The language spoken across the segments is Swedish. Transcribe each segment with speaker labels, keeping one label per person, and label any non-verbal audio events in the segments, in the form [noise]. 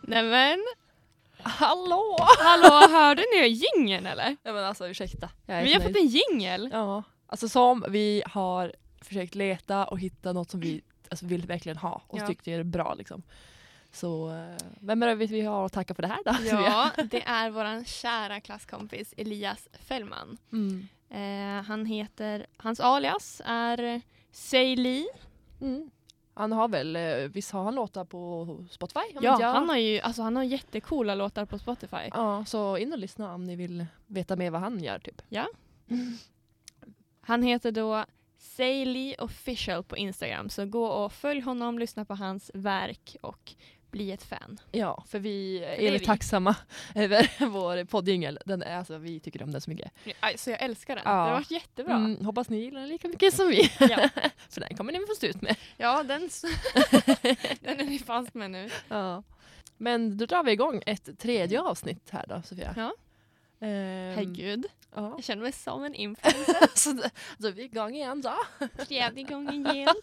Speaker 1: Nämen!
Speaker 2: Hallå!
Speaker 1: Hallå, hörde ni jingeln eller?
Speaker 2: Nej men alltså ursäkta. Jag är
Speaker 1: Vi har
Speaker 2: så nöjd.
Speaker 1: fått en jingel!
Speaker 2: Ja. Alltså som vi har försökt leta och hitta något som vi alltså, vill verkligen ha och
Speaker 1: Ja.
Speaker 2: tyckte är bra liksom. Så eh, vem är det vi har att tacka för det här då? [laughs]
Speaker 1: Ja, [laughs] det är vår kära klasskompis Elias Fällman.
Speaker 2: Mm.
Speaker 1: Eh, han heter, hans alias är Seili.
Speaker 2: Mm. Han har väl, eh, visst har han låtar på Spotify? om
Speaker 1: Ja,
Speaker 2: inte jag-
Speaker 1: han har ju alltså, han har jättecoola låtar på Spotify.
Speaker 2: ja, så in och lyssna om ni vill veta mer vad han gör typ.
Speaker 1: Han heter då Seili official på Instagram så gå och följ honom, lyssna på hans verk och bli ett fan.
Speaker 2: Ja, för vi
Speaker 1: det
Speaker 2: är
Speaker 1: är vi.
Speaker 2: väldigt tacksamma [laughs] över vår poddjingel. Den är, alltså, vi tycker om den så mycket.
Speaker 1: Så jag älskar den,
Speaker 2: Ja.
Speaker 1: den har varit jättebra.
Speaker 2: Mm, hoppas ni gillar den lika mycket som vi.
Speaker 1: Ja.
Speaker 2: [laughs] För den kommer ni få stå ut med.
Speaker 1: Ja, den, s- [laughs] den är vi fast med nu.
Speaker 2: Men då drar vi igång ett tredje avsnitt här då Sofia.
Speaker 1: Ja.
Speaker 2: Ehm,
Speaker 1: Herregud, [laughs]
Speaker 2: ja.
Speaker 1: jag känner mig som en [laughs] influencer.
Speaker 2: så, då- då är vi igång igen då.
Speaker 1: Tredje gången igen.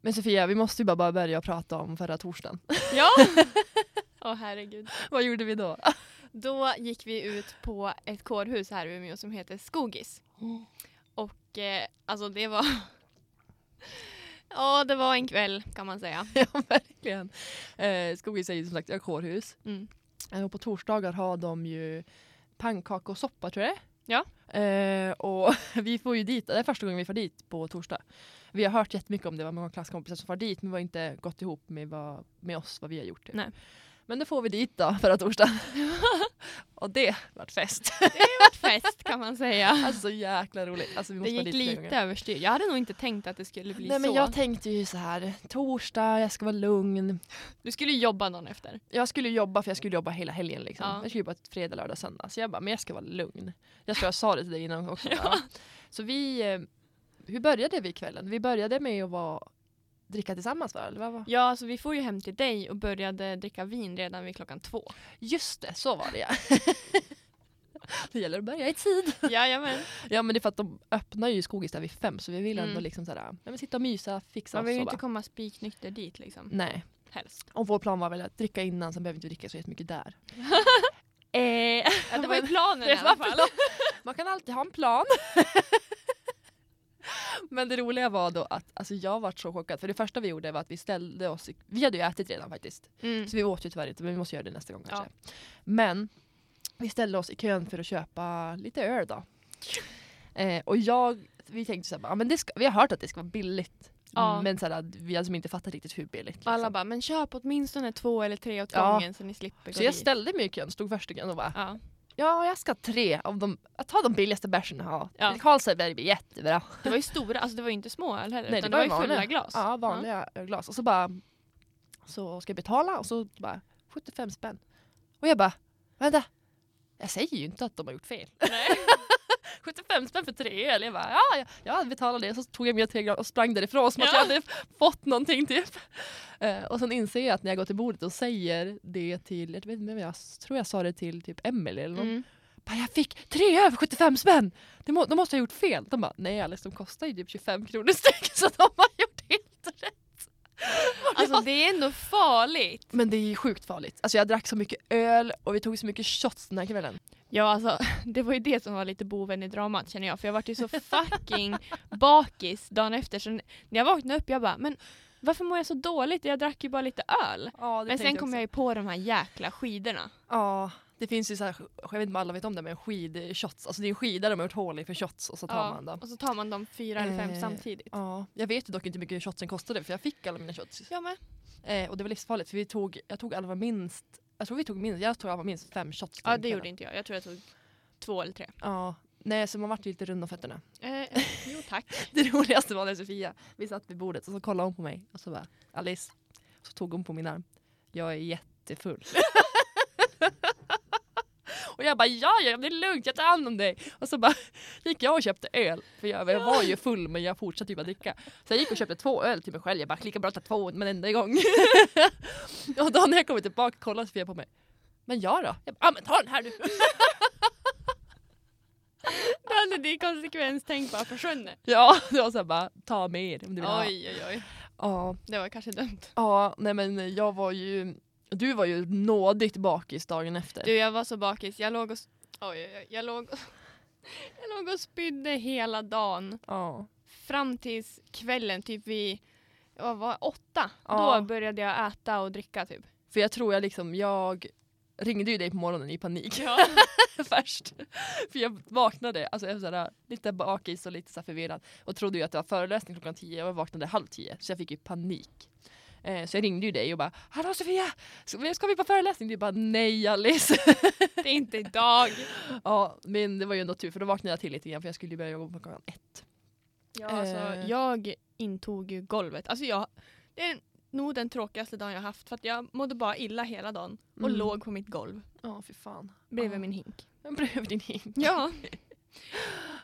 Speaker 2: Men Sofia, vi måste ju bara bara börja prata om förra torsdagen. [laughs]
Speaker 1: Ja! [laughs] Åh herregud.
Speaker 2: Vad gjorde vi då?
Speaker 1: Då gick vi ut på ett kårhus här i Umeå som heter Skogis. Och eh, alltså det var... [laughs] Ja, det var en kväll kan man [laughs] säga.
Speaker 2: ja, [laughs] verkligen. Eh, Skogis är ju som sagt ett kårhus.
Speaker 1: Mm.
Speaker 2: Eh, Och på torsdagar har de ju pannkaka och soppa tror jag det är.
Speaker 1: Ja.
Speaker 2: Eh, och [laughs] vi får ju dit, det är första gången vi får dit på torsdag. Vi har hört jättemycket om det, det var många klasskompisar som far dit men vi har inte gått ihop med, vad, med oss vad vi har gjort. typ.
Speaker 1: Nej.
Speaker 2: Men då får vi dit då
Speaker 1: [laughs]
Speaker 2: förra torsdagen. och det vart fest.
Speaker 1: Fest kan man säga.
Speaker 2: alltså så jäkla roligt. Alltså, vi
Speaker 1: Det
Speaker 2: måste
Speaker 1: gick
Speaker 2: vara dit fler
Speaker 1: lite
Speaker 2: gånger.
Speaker 1: överstyr. Jag hade nog inte tänkt att det skulle bli
Speaker 2: Nej men
Speaker 1: så.
Speaker 2: jag tänkte ju så här, torsdag, jag ska vara lugn,
Speaker 1: Du skulle jobba någon efter.
Speaker 2: jag skulle jobba för jag skulle jobba hela helgen. Liksom.
Speaker 1: Ja.
Speaker 2: Jag skulle jobba fredag, lördag, söndag. Så jag bara, men jag ska vara lugn. Jag tror jag sa det till dig innan också. [laughs] ja. Så vi, eh, hur började vi kvällen? Vi började med att vara, dricka tillsammans va? Eller vad var?
Speaker 1: Ja, så vi får ju hem till dig och började dricka vin redan vid klockan två.
Speaker 2: Just det, så var det ja. [laughs] det gäller att börja i tid.
Speaker 1: [laughs] Jajamän.
Speaker 2: Ja men det är för att de öppnar ju Skogis där vid fem så vi vill ändå
Speaker 1: Mm.
Speaker 2: liksom såhär, ja, men sitta och mysa, fixa
Speaker 1: Man
Speaker 2: oss
Speaker 1: vill
Speaker 2: och
Speaker 1: ju
Speaker 2: bara.
Speaker 1: inte komma spiknykter dit liksom.
Speaker 2: Nej.
Speaker 1: Helst.
Speaker 2: Och vår plan var väl att dricka innan, sen behöver vi inte dricka så jättemycket där.
Speaker 1: [laughs] Ja, Eh, det var ju planen
Speaker 2: Det
Speaker 1: i alla
Speaker 2: var
Speaker 1: fall.
Speaker 2: plan. Man kan alltid ha en plan. [laughs] Men det roliga var då att alltså jag var så chockad. För det första vi gjorde var att vi ställde oss... i- Vi hade ju ätit redan faktiskt.
Speaker 1: Mm.
Speaker 2: Så vi åt ju tyvärr inte men vi måste göra det nästa gång kanske. Men vi ställde oss i kön för att köpa lite öl då. Eh, och jag, vi tänkte såhär, men det ska, vi har hört att det ska vara billigt.
Speaker 1: Ja.
Speaker 2: Men såhär, vi har som inte fattat riktigt hur billigt. Liksom.
Speaker 1: Alla bara, men köp åtminstone två eller tre åt
Speaker 2: Ja.
Speaker 1: gången så ni slipper
Speaker 2: så
Speaker 1: gå
Speaker 2: jag
Speaker 1: dit.
Speaker 2: ställde mig i kön, stod först i kön och bara
Speaker 1: Ja.
Speaker 2: Ja, jag ska ha tre av de, jag tar de billigaste bärsen jag har.
Speaker 1: Ja.
Speaker 2: Carlsberg blir jättebra.
Speaker 1: Det var ju stora, alltså det var ju inte små öl heller
Speaker 2: Nej,
Speaker 1: utan
Speaker 2: det
Speaker 1: det
Speaker 2: var
Speaker 1: var ju
Speaker 2: ju
Speaker 1: fulla
Speaker 2: vanliga.
Speaker 1: glas.
Speaker 2: Ja, vanliga eh, glas. Och så bara, så ska jag betala och så bara 75 spänn. Och jag bara, vänta. Jag säger ju inte att de har gjort fel.
Speaker 1: [laughs]
Speaker 2: [laughs]
Speaker 1: Nej.
Speaker 2: 75 spänn för tre öl. Jag bara, ja, jag, jag betalade det. Så tog jag mina tre glas och sprang därifrån som att
Speaker 1: Ja.
Speaker 2: jag hade fått någonting typ. Eh, och sen inser jag att när jag går till bordet och säger det till, jag vet inte vem jag tror jag sa det till typ Emelie eller
Speaker 1: [laughs]
Speaker 2: någon.
Speaker 1: Mm.
Speaker 2: Bara, jag fick tre över 75 spänn! De, må, de måste ha gjort fel. De bara, nej Alice de kostar ju typ 25 kronor styck [laughs] så de har gjort helt rätt.
Speaker 1: Alltså det är ändå farligt.
Speaker 2: Men det är ju sjukt farligt. Alltså jag drack så mycket öl och vi tog så mycket shots den här kvällen.
Speaker 1: Ja alltså [laughs] det var ju det som var lite boven i dramat känner jag för jag vart ju [laughs] så fucking bakis dagen efter så när jag vaknade upp jag bara men varför mår jag så dåligt? Jag drack ju bara lite öl.
Speaker 2: Ja,
Speaker 1: Men sen kom jag ju på de här jäkla skidorna.
Speaker 2: Ja, det finns ju så här, jag vet inte om alla vet om det men skidshots. Alltså det är en skida de har gjort hål i för shots och så tar man dem.
Speaker 1: och så tar man de fyra eller fem
Speaker 2: Eh,
Speaker 1: samtidigt.
Speaker 2: Ja, jag vet ju dock inte hur mycket shotsen kostade för jag fick alla mina shots.
Speaker 1: Jag med.
Speaker 2: Eh, och det var livsfarligt för vi tog, jag tog alla minst, jag tror vi tog minst, jag tror jag var minst fem shots.
Speaker 1: Ja det
Speaker 2: den kvällen.
Speaker 1: gjorde inte jag. Jag tror jag tog två eller tre.
Speaker 2: Ja, nej så man vart ju lite rund om fötterna.
Speaker 1: Eh, jo [laughs] tack.
Speaker 2: Det roligaste var när Sofia, vi satt vid bordet och så kollade hon på mig och så bara Alice. Så tog hon på min arm. Jag är jättefull. [laughs] och jag bara ja, ja det är lugnt jag tar hand om dig. Och så bara gick jag och köpte öl. För jag, jag var ju full men jag fortsatte ju bara dricka. Så jag gick och köpte två öl till mig själv. Jag bara lika bra att ta två men en gång. [laughs] och då när jag kommer tillbaka kollar Sofia på mig. Men jag då? Jag bara, ja men ta den här nu.
Speaker 1: Då hade din konsekvenstänk bara försvunnit.
Speaker 2: ja, [laughs] det var så här bara ta mer om du vill ha.
Speaker 1: Oj oj oj.
Speaker 2: Ja.
Speaker 1: Det var kanske dumt.
Speaker 2: Ja, nej men jag var ju Du var ju nådigt bakis dagen efter.
Speaker 1: Du jag var så bakis, jag låg och, s- oj, oj, oj, jag låg, [laughs] jag låg och spydde hela dagen.
Speaker 2: Ja.
Speaker 1: Fram tills kvällen, typ vid vad var, det, åtta.
Speaker 2: Ja.
Speaker 1: Då började jag äta och dricka typ.
Speaker 2: För jag tror jag liksom, jag ringde ju dig på morgonen i panik [laughs]
Speaker 1: Ja.
Speaker 2: först. För jag vaknade, alltså jag var såhär, lite bakis och lite så här förvirrad och trodde ju att det var föreläsning klockan tio och jag vaknade halv tio så jag fick ju panik. Eh, så jag ringde ju dig och bara “Hallå Sofia, ska ska vi på föreläsning?” Du bara “Nej Alice”.
Speaker 1: [laughs]
Speaker 2: [laughs]
Speaker 1: Det är inte idag.
Speaker 2: ja, men det var ju ändå tur för då vaknade jag till lite grann för jag skulle ju börja jobba klockan ett.
Speaker 1: Ja, alltså,
Speaker 2: Eh.
Speaker 1: jag intog ju golvet. Alltså jag, det är nog den tråkigaste dagen jag haft för att jag mådde bara illa hela dagen och
Speaker 2: Mm.
Speaker 1: låg på mitt golv
Speaker 2: Ja, fy fan.
Speaker 1: bredvid
Speaker 2: Ja.
Speaker 1: min hink.
Speaker 2: Bredvid din hink.
Speaker 1: Ja.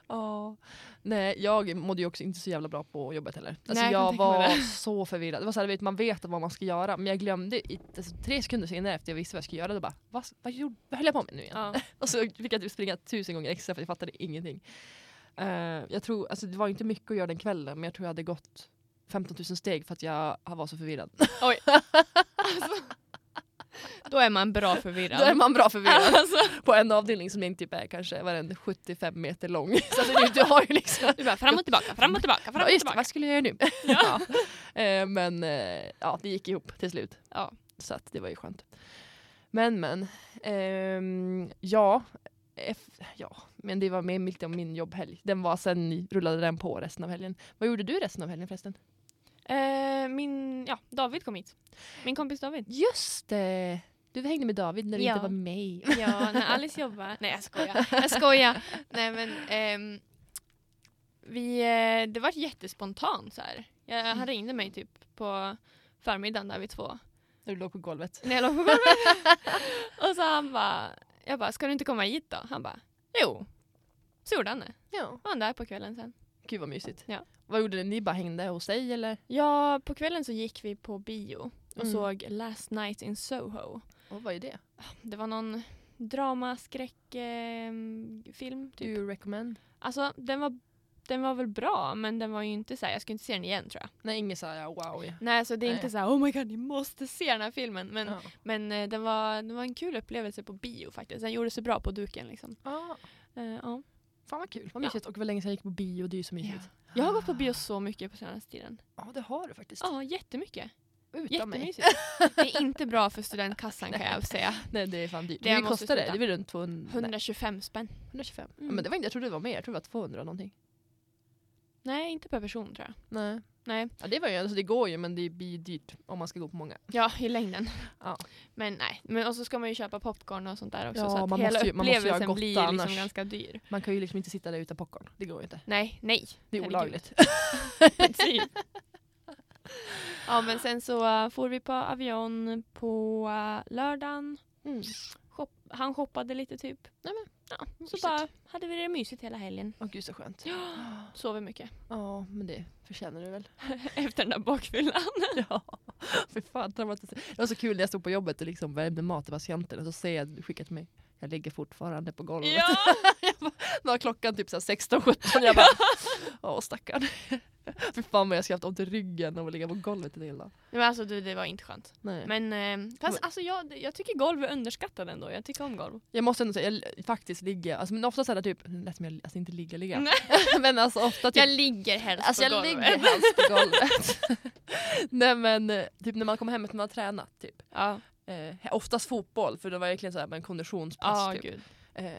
Speaker 2: Ja. Nej, jag mådde ju också inte så jävla bra på jobbet heller. Alltså
Speaker 1: Nej, jag kan
Speaker 2: jag
Speaker 1: tänka mig
Speaker 2: var
Speaker 1: det.
Speaker 2: så förvirrad. Det var så här, du vet, man vet vad man ska göra men jag glömde i, alltså, tre sekunder senare efter jag visste vad jag skulle göra då bara vad, vad, gjorde, vad höll jag på med nu
Speaker 1: [laughs]
Speaker 2: igen?
Speaker 1: ja.
Speaker 2: Och så fick jag typ springa tusen gånger extra för jag fattade ingenting. Eh, jag tror, alltså, det var inte mycket att göra den kvällen men jag tror jag hade gått 15 000 steg för att jag var så förvirrad.
Speaker 1: Då är man bra förvirrad. [laughs]
Speaker 2: [laughs] Då är man bra förvirrad.
Speaker 1: Alltså,
Speaker 2: på en avdelning som inte typ är kanske vad är den, 75 meter lång. [laughs] så att du, du har ju liksom
Speaker 1: du bara fram och tillbaka, fram och tillbaka, fram
Speaker 2: Ja,
Speaker 1: och
Speaker 2: just det,
Speaker 1: tillbaka.
Speaker 2: vad skulle jag göra [laughs] nu? Ja. Eh, men eh, ja, det gick ihop till slut.
Speaker 1: Ja.
Speaker 2: Så att det var ju skönt. Men men, ehm, ja, eff- ja, men det var med lite om min jobbhelg. Den var sen rullade den på resten av helgen. Vad gjorde du resten av helgen förresten?
Speaker 1: Eh, min, ja, David kom hit. Min kompis David.
Speaker 2: Just det! Du hängde med David när du
Speaker 1: Ja.
Speaker 2: inte var med mig.
Speaker 1: Ja, när Alice jobbar. Nej jag skojar. Jag skojar. Nej men ehm, vi, eh, det var jättespontant så här. Jag, han ringde mig typ på förmiddagen där vid två.
Speaker 2: När du låg på golvet.
Speaker 1: När jag låg på golvet. [laughs] Och så han bara, jag bara ska du inte komma hit då? Han bara jo. Så gjorde han det.
Speaker 2: Ja.
Speaker 1: Var han där på kvällen sen.
Speaker 2: Gud vad mysigt.
Speaker 1: Ja.
Speaker 2: Vad gjorde ni? Ni bara hängde hos dig eller?
Speaker 1: Ja på kvällen så gick vi på bio och
Speaker 2: Mm.
Speaker 1: såg Last Night in Soho.
Speaker 2: Och vad är det?
Speaker 1: Det var någon drama, skräck, ehm, film
Speaker 2: Do
Speaker 1: typ.
Speaker 2: you recommend?
Speaker 1: Alltså den var, den var väl bra men den var ju inte såhär, jag skulle inte se den igen tror jag.
Speaker 2: Nej, inget såhär wow. Ja.
Speaker 1: Nej alltså det är
Speaker 2: Nej.
Speaker 1: inte såhär oh my god ni måste se den här filmen. Men,
Speaker 2: Ja.
Speaker 1: men eh, den, var, den var en kul upplevelse på bio faktiskt. Den gjorde sig bra på duken liksom.
Speaker 2: Ah,
Speaker 1: Eh, ja.
Speaker 2: Fan vad kul, vad
Speaker 1: Ja.
Speaker 2: mysigt. Och vad länge sedan jag gick på bio, det är ju så mysigt.
Speaker 1: Jag har gått på bio så mycket på senaste tiden.
Speaker 2: Ja det har du faktiskt.
Speaker 1: Ja jättemycket.
Speaker 2: Utan mig.
Speaker 1: Jättemysigt. Det är inte bra för studentkassan kan jag säga.
Speaker 2: Nej det är fan dyrt.
Speaker 1: Det
Speaker 2: Det
Speaker 1: måste
Speaker 2: kostar det?
Speaker 1: sluta.
Speaker 2: Det blir runt 200,
Speaker 1: 125 spänn.
Speaker 2: 125. Ja,
Speaker 1: Mm.
Speaker 2: men det var inte, jag trodde det var mer, jag trodde det var 200 någonting.
Speaker 1: Nej inte per person tror jag.
Speaker 2: Nej.
Speaker 1: Nej.
Speaker 2: Ja det var ju, alltså det går ju men det blir dyrt om man ska gå på många.
Speaker 1: Ja, i längden.
Speaker 2: Ja.
Speaker 1: Men nej, men och så ska man ju köpa popcorn och sånt där också
Speaker 2: Ja,
Speaker 1: så att
Speaker 2: man
Speaker 1: hela
Speaker 2: måste ju- man måste ju ha
Speaker 1: upplevelsen
Speaker 2: gott
Speaker 1: blir ju liksom
Speaker 2: annars.
Speaker 1: ganska dyr.
Speaker 2: Man kan ju liksom inte sitta där utan popcorn, det går ju inte.
Speaker 1: Nej,
Speaker 2: [laughs]
Speaker 1: nej.
Speaker 2: Det är
Speaker 1: Herregud.
Speaker 2: olagligt.
Speaker 1: Precis. ja, men sen så uh, for vi på Avion på uh, lördagen.
Speaker 2: Mm.
Speaker 1: Shop- han shoppade lite typ.
Speaker 2: Nej,
Speaker 1: ja, så
Speaker 2: mysigt.
Speaker 1: bara hade vi det mysigt hela helgen.
Speaker 2: Åh gud så skönt.
Speaker 1: Sover mycket. [laughs]
Speaker 2: Ja men det förtjänar du väl.
Speaker 1: Efter den där bakfyllan.
Speaker 2: [laughs] Ja. Fy fan traumatiserande. Det var så kul när jag stod på jobbet och liksom värmde mat till patienten och så ser jag att du skickat mig. Jag ligger fortfarande på golvet. [laughs]
Speaker 1: ja!
Speaker 2: Då var klockan typ 16-17
Speaker 1: [laughs]
Speaker 2: jag bara åh stackarn. [laughs] Fy fan vad jag ska haft ont i ryggen av att ligga på golvet en hel dag.
Speaker 1: Nej, Men alltså du, det var inte skönt.
Speaker 2: Nej.
Speaker 1: Men eh, fast alltså jag, jag tycker golv är underskattat ändå. Jag tycker om golv.
Speaker 2: Jag måste ändå säga, jag l- faktiskt ligga, alltså, men ofta såhär typ, det lät som jag alltså, inte ligga ligga.
Speaker 1: Nej.
Speaker 2: [laughs] men alltså ofta typ,
Speaker 1: Jag ligger helst
Speaker 2: alltså,
Speaker 1: på
Speaker 2: jag
Speaker 1: golvet.
Speaker 2: ligger helst på golvet. [laughs] Nej men eh, typ när man kommer hem efter man har tränat typ.
Speaker 1: [laughs] Ja,
Speaker 2: Eh, oftast fotboll för det var verkligen såhär med en konditionspass
Speaker 1: ja
Speaker 2: typ.
Speaker 1: gud.
Speaker 2: Eh,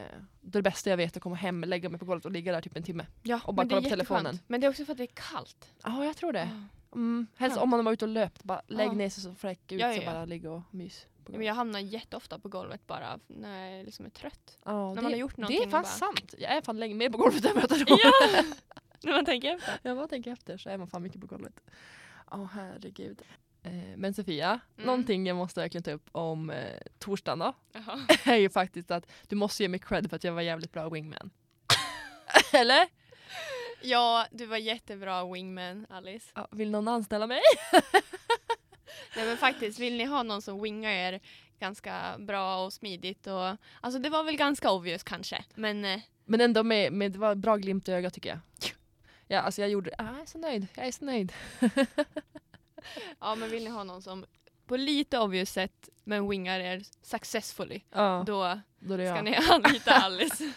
Speaker 2: det bästa jag vet är att komma hem, lägga mig på golvet och ligga där typ en timme.
Speaker 1: Ja,
Speaker 2: Och bara
Speaker 1: men det är
Speaker 2: kolla på telefonen.
Speaker 1: jätteskönt. Men det är också för att det är kallt.
Speaker 2: Ja jag tror det.
Speaker 1: Ja.
Speaker 2: Mm, helst
Speaker 1: Skönt.
Speaker 2: om man var ute och löpt, bara lägg
Speaker 1: Ja.
Speaker 2: ner sig så fräck ut
Speaker 1: Ja, ja,
Speaker 2: så
Speaker 1: ja.
Speaker 2: bara ligga och mys. på
Speaker 1: Ja, Men jag hamnar jätteofta på golvet bara när jag liksom är trött.
Speaker 2: golvet. Ja,
Speaker 1: när man har gjort någonting
Speaker 2: Det är fan
Speaker 1: bara-
Speaker 2: sant! Jag är fan länge mer på golvet [laughs] än vad jag tror.
Speaker 1: Ja! När man tänker [laughs] efter.
Speaker 2: Jag bara tänker efter så är man fan mycket på golvet. Åh herregud. Eh, Men Sofia,
Speaker 1: Mm.
Speaker 2: någonting jag måste verkligen ta upp om eh, torsdagen då. [laughs] Är ju faktiskt att du måste ge mig cred för att jag var jävligt bra wingman. [laughs] Eller?
Speaker 1: [laughs] Ja, du var jättebra wingman Alice.
Speaker 2: Ja, vill någon anställa mig?
Speaker 1: Nej men faktiskt, vill ni ha någon som wingar er ganska bra och smidigt och alltså det var väl ganska obvious kanske. Men eh,
Speaker 2: Men ändå med, med det var en bra glimt i ögat tycker jag. Ja, alltså jag gjorde ah, jag är så nöjd, jag är så nöjd.
Speaker 1: ja, men vill ni ha någon som på lite obvious sätt men wingar er successfully,
Speaker 2: Ja,
Speaker 1: då
Speaker 2: då är det
Speaker 1: ska
Speaker 2: jag.
Speaker 1: ni
Speaker 2: [laughs]
Speaker 1: anlita Alice.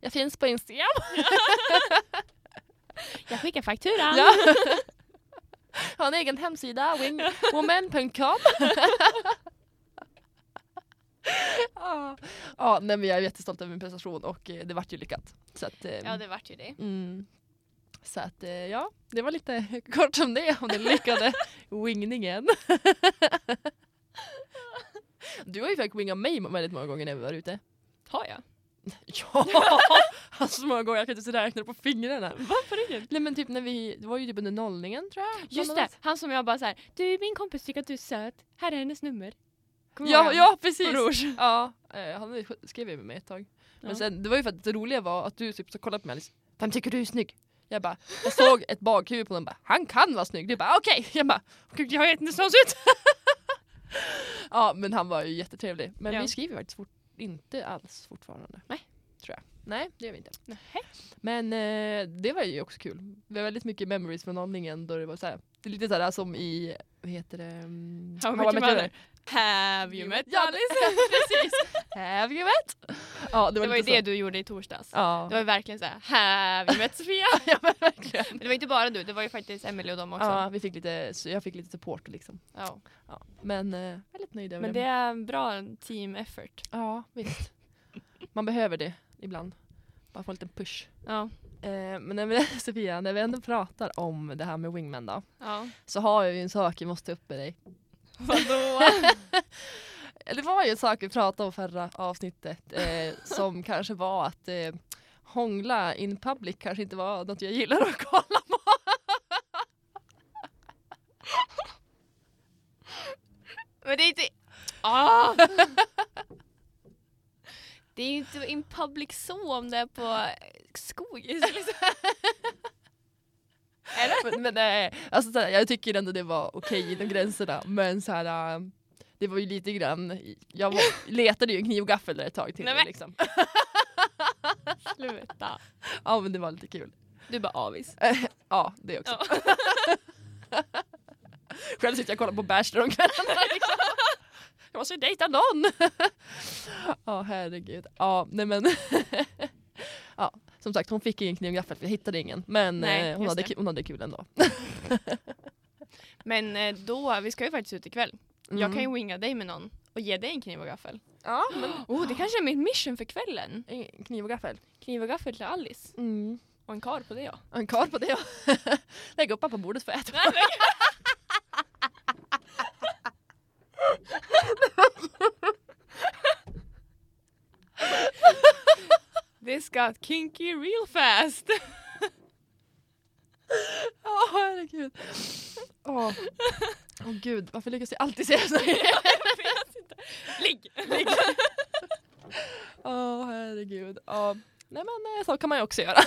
Speaker 2: Jag finns på Instagram.
Speaker 1: Jag skickar fakturan.
Speaker 2: Ja. [laughs] Har en egen hemsida, wingwoman.com. [laughs] Ja, ja nej, men jag är jättestolt över min prestation och eh, det vart ju lyckat. Så att, eh,
Speaker 1: Ja, det vart ju det.
Speaker 2: mm, så att eh, ja, det var lite [laughs] kort om det, om den [laughs] lyckade wingningen. [laughs] Du har ju faktiskt wingat mig väldigt många gånger när vi var ute.
Speaker 1: Har jag?
Speaker 2: [laughs] Ja! [laughs] Alltså så många gånger jag kan inte ens räkna på fingrarna.
Speaker 1: Varför inte?
Speaker 2: Nej men typ när vi, det var ju typ under nollningen tror jag.
Speaker 1: Just det, han som jag bara så här, du min kompis tycker att du är söt, här är hennes nummer. Kommer du ihåg
Speaker 2: Ja,
Speaker 1: han?
Speaker 2: ja precis!
Speaker 1: På Rouge.
Speaker 2: Ja, eh, han skrev ju med mig ett tag. Men
Speaker 1: Ja.
Speaker 2: sen, det var ju för att det roliga var att du typ så kollade på mig och liksom, Vem tycker du är snygg? Jag bara,
Speaker 1: [laughs]
Speaker 2: jag såg ett bakhuvud på honom bara, han kan vara snygg. Du bara okej. Jag bara, gud jag vet inte så han ser ut. [laughs] ja men han var ju jättetrevlig. Men
Speaker 1: Ja.
Speaker 2: vi skriver faktiskt fort, inte alls fortfarande.
Speaker 1: Nej.
Speaker 2: Tror jag. Nej det gör vi inte.
Speaker 1: Nähä.
Speaker 2: Men eh, det var ju också kul. Vi har väldigt mycket memories från nollningen då det var så här. Det är lite så här som i, vad heter det? mm,
Speaker 1: How I Met
Speaker 2: How I
Speaker 1: Your
Speaker 2: Met Your
Speaker 1: Mother.
Speaker 2: Mother.
Speaker 1: typ Have you met
Speaker 2: Ja,
Speaker 1: Alice?
Speaker 2: precis. Have you met? Ja, det
Speaker 1: Det
Speaker 2: var,
Speaker 1: var ju
Speaker 2: lite
Speaker 1: det
Speaker 2: så.
Speaker 1: du gjorde i torsdags.
Speaker 2: Ja.
Speaker 1: Det var ju verkligen så här, have you met Sofia? [laughs]
Speaker 2: ja, men verkligen.
Speaker 1: Men det var inte bara du, det var ju faktiskt Emily och dem också.
Speaker 2: Ja, vi fick lite, så jag fick lite support liksom.
Speaker 1: Ja.
Speaker 2: Ja. Men eh, väldigt nöjd över
Speaker 1: Men det är en bra team effort.
Speaker 2: Ja, visst. Man behöver det ibland. Bara få en liten push.
Speaker 1: Ja.
Speaker 2: Eh, men när vi, [laughs] Sofia, när vi ändå pratar om det här med wingman då.
Speaker 1: ja.
Speaker 2: Så har jag ju en sak jag måste ta upp med dig.
Speaker 1: Vadå?
Speaker 2: Det var ju en sak vi pratade om förra
Speaker 1: [laughs]
Speaker 2: avsnittet eh, som kanske var att eh, hångla in public kanske inte var något jag gillar att kolla på.
Speaker 1: [laughs] Men det är inte... Ah! [laughs] Det är ju inte in public så om det är på [laughs] skojis liksom. Eller?
Speaker 2: Men, men nej, alltså, så här, jag tycker ändå det var okej inom gränserna men så här, äh, det var ju lite grann, jag var, letade ju kniv och gaffel där ett tag till.
Speaker 1: Nej, men-
Speaker 2: liksom.
Speaker 1: Sluta.
Speaker 2: Ja men det var lite kul.
Speaker 1: Du är bara avis.
Speaker 2: Ja det också.
Speaker 1: Ja.
Speaker 2: [laughs] Själv sitter jag och kollar på Bachelor om kvällarna. Liksom. Jag måste ju dejta någon. [laughs] Ja herregud. Ja nej men. [laughs] Ja som sagt hon fick ingen kniv och gaffel för jag hittade ingen men
Speaker 1: Nej,
Speaker 2: eh, hon,
Speaker 1: just
Speaker 2: hade,
Speaker 1: det.
Speaker 2: ku- hon hade kul ändå.
Speaker 1: Men eh, då, vi ska ju faktiskt ut ikväll. Jag
Speaker 2: Mm.
Speaker 1: kan ju winga dig med någon och ge dig en kniv och gaffel.
Speaker 2: Ja men
Speaker 1: Oh, det kanske är mitt mission för kvällen.
Speaker 2: ingen kniv och gaffel.
Speaker 1: Kniv och gaffel till Alice.
Speaker 2: Mm.
Speaker 1: Och en kar på det ja.
Speaker 2: En karl på det ja. [laughs] Lägg upp han på bordet för att [laughs] äta.
Speaker 1: This got kinky real [laughs] fast.
Speaker 2: Åh herregud. Åh Åh, gud, varför lyckas jag alltid säga [laughs] sådär?
Speaker 1: Ligg!
Speaker 2: Åh herregud. Ja. Nej men eh, så kan man ju [laughs] också göra.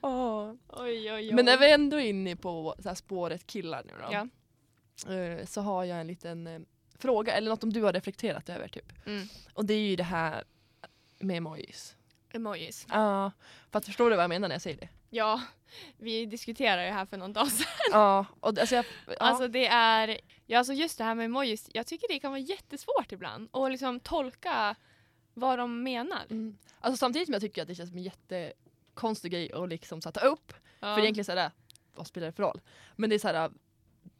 Speaker 2: Åh.
Speaker 1: Oj, oj, oj.
Speaker 2: Men när vi ändå är inne på så här spåret killar nu då.
Speaker 1: Ja.
Speaker 2: eh, Så har jag en liten eh, fråga, eller något om du har reflekterat över typ.
Speaker 1: Mm.
Speaker 2: Och det är ju det här med emojis.
Speaker 1: Emojis.
Speaker 2: Ja, för att förstår du vad jag menar när jag säger [laughs] det?
Speaker 1: Ja, vi diskuterade det här för någon dag sedan.
Speaker 2: Ja, och det- alltså jag... Ja.
Speaker 1: Alltså det är, ja alltså just det här med emojis, jag tycker det kan vara jättesvårt ibland och liksom tolka vad de menar.
Speaker 2: Mm. Alltså samtidigt som jag tycker att det känns som en jättekonstig grej att liksom så här, ta upp.
Speaker 1: Ja.
Speaker 2: För egentligen så här, vad spelar det för roll? Men det är så här,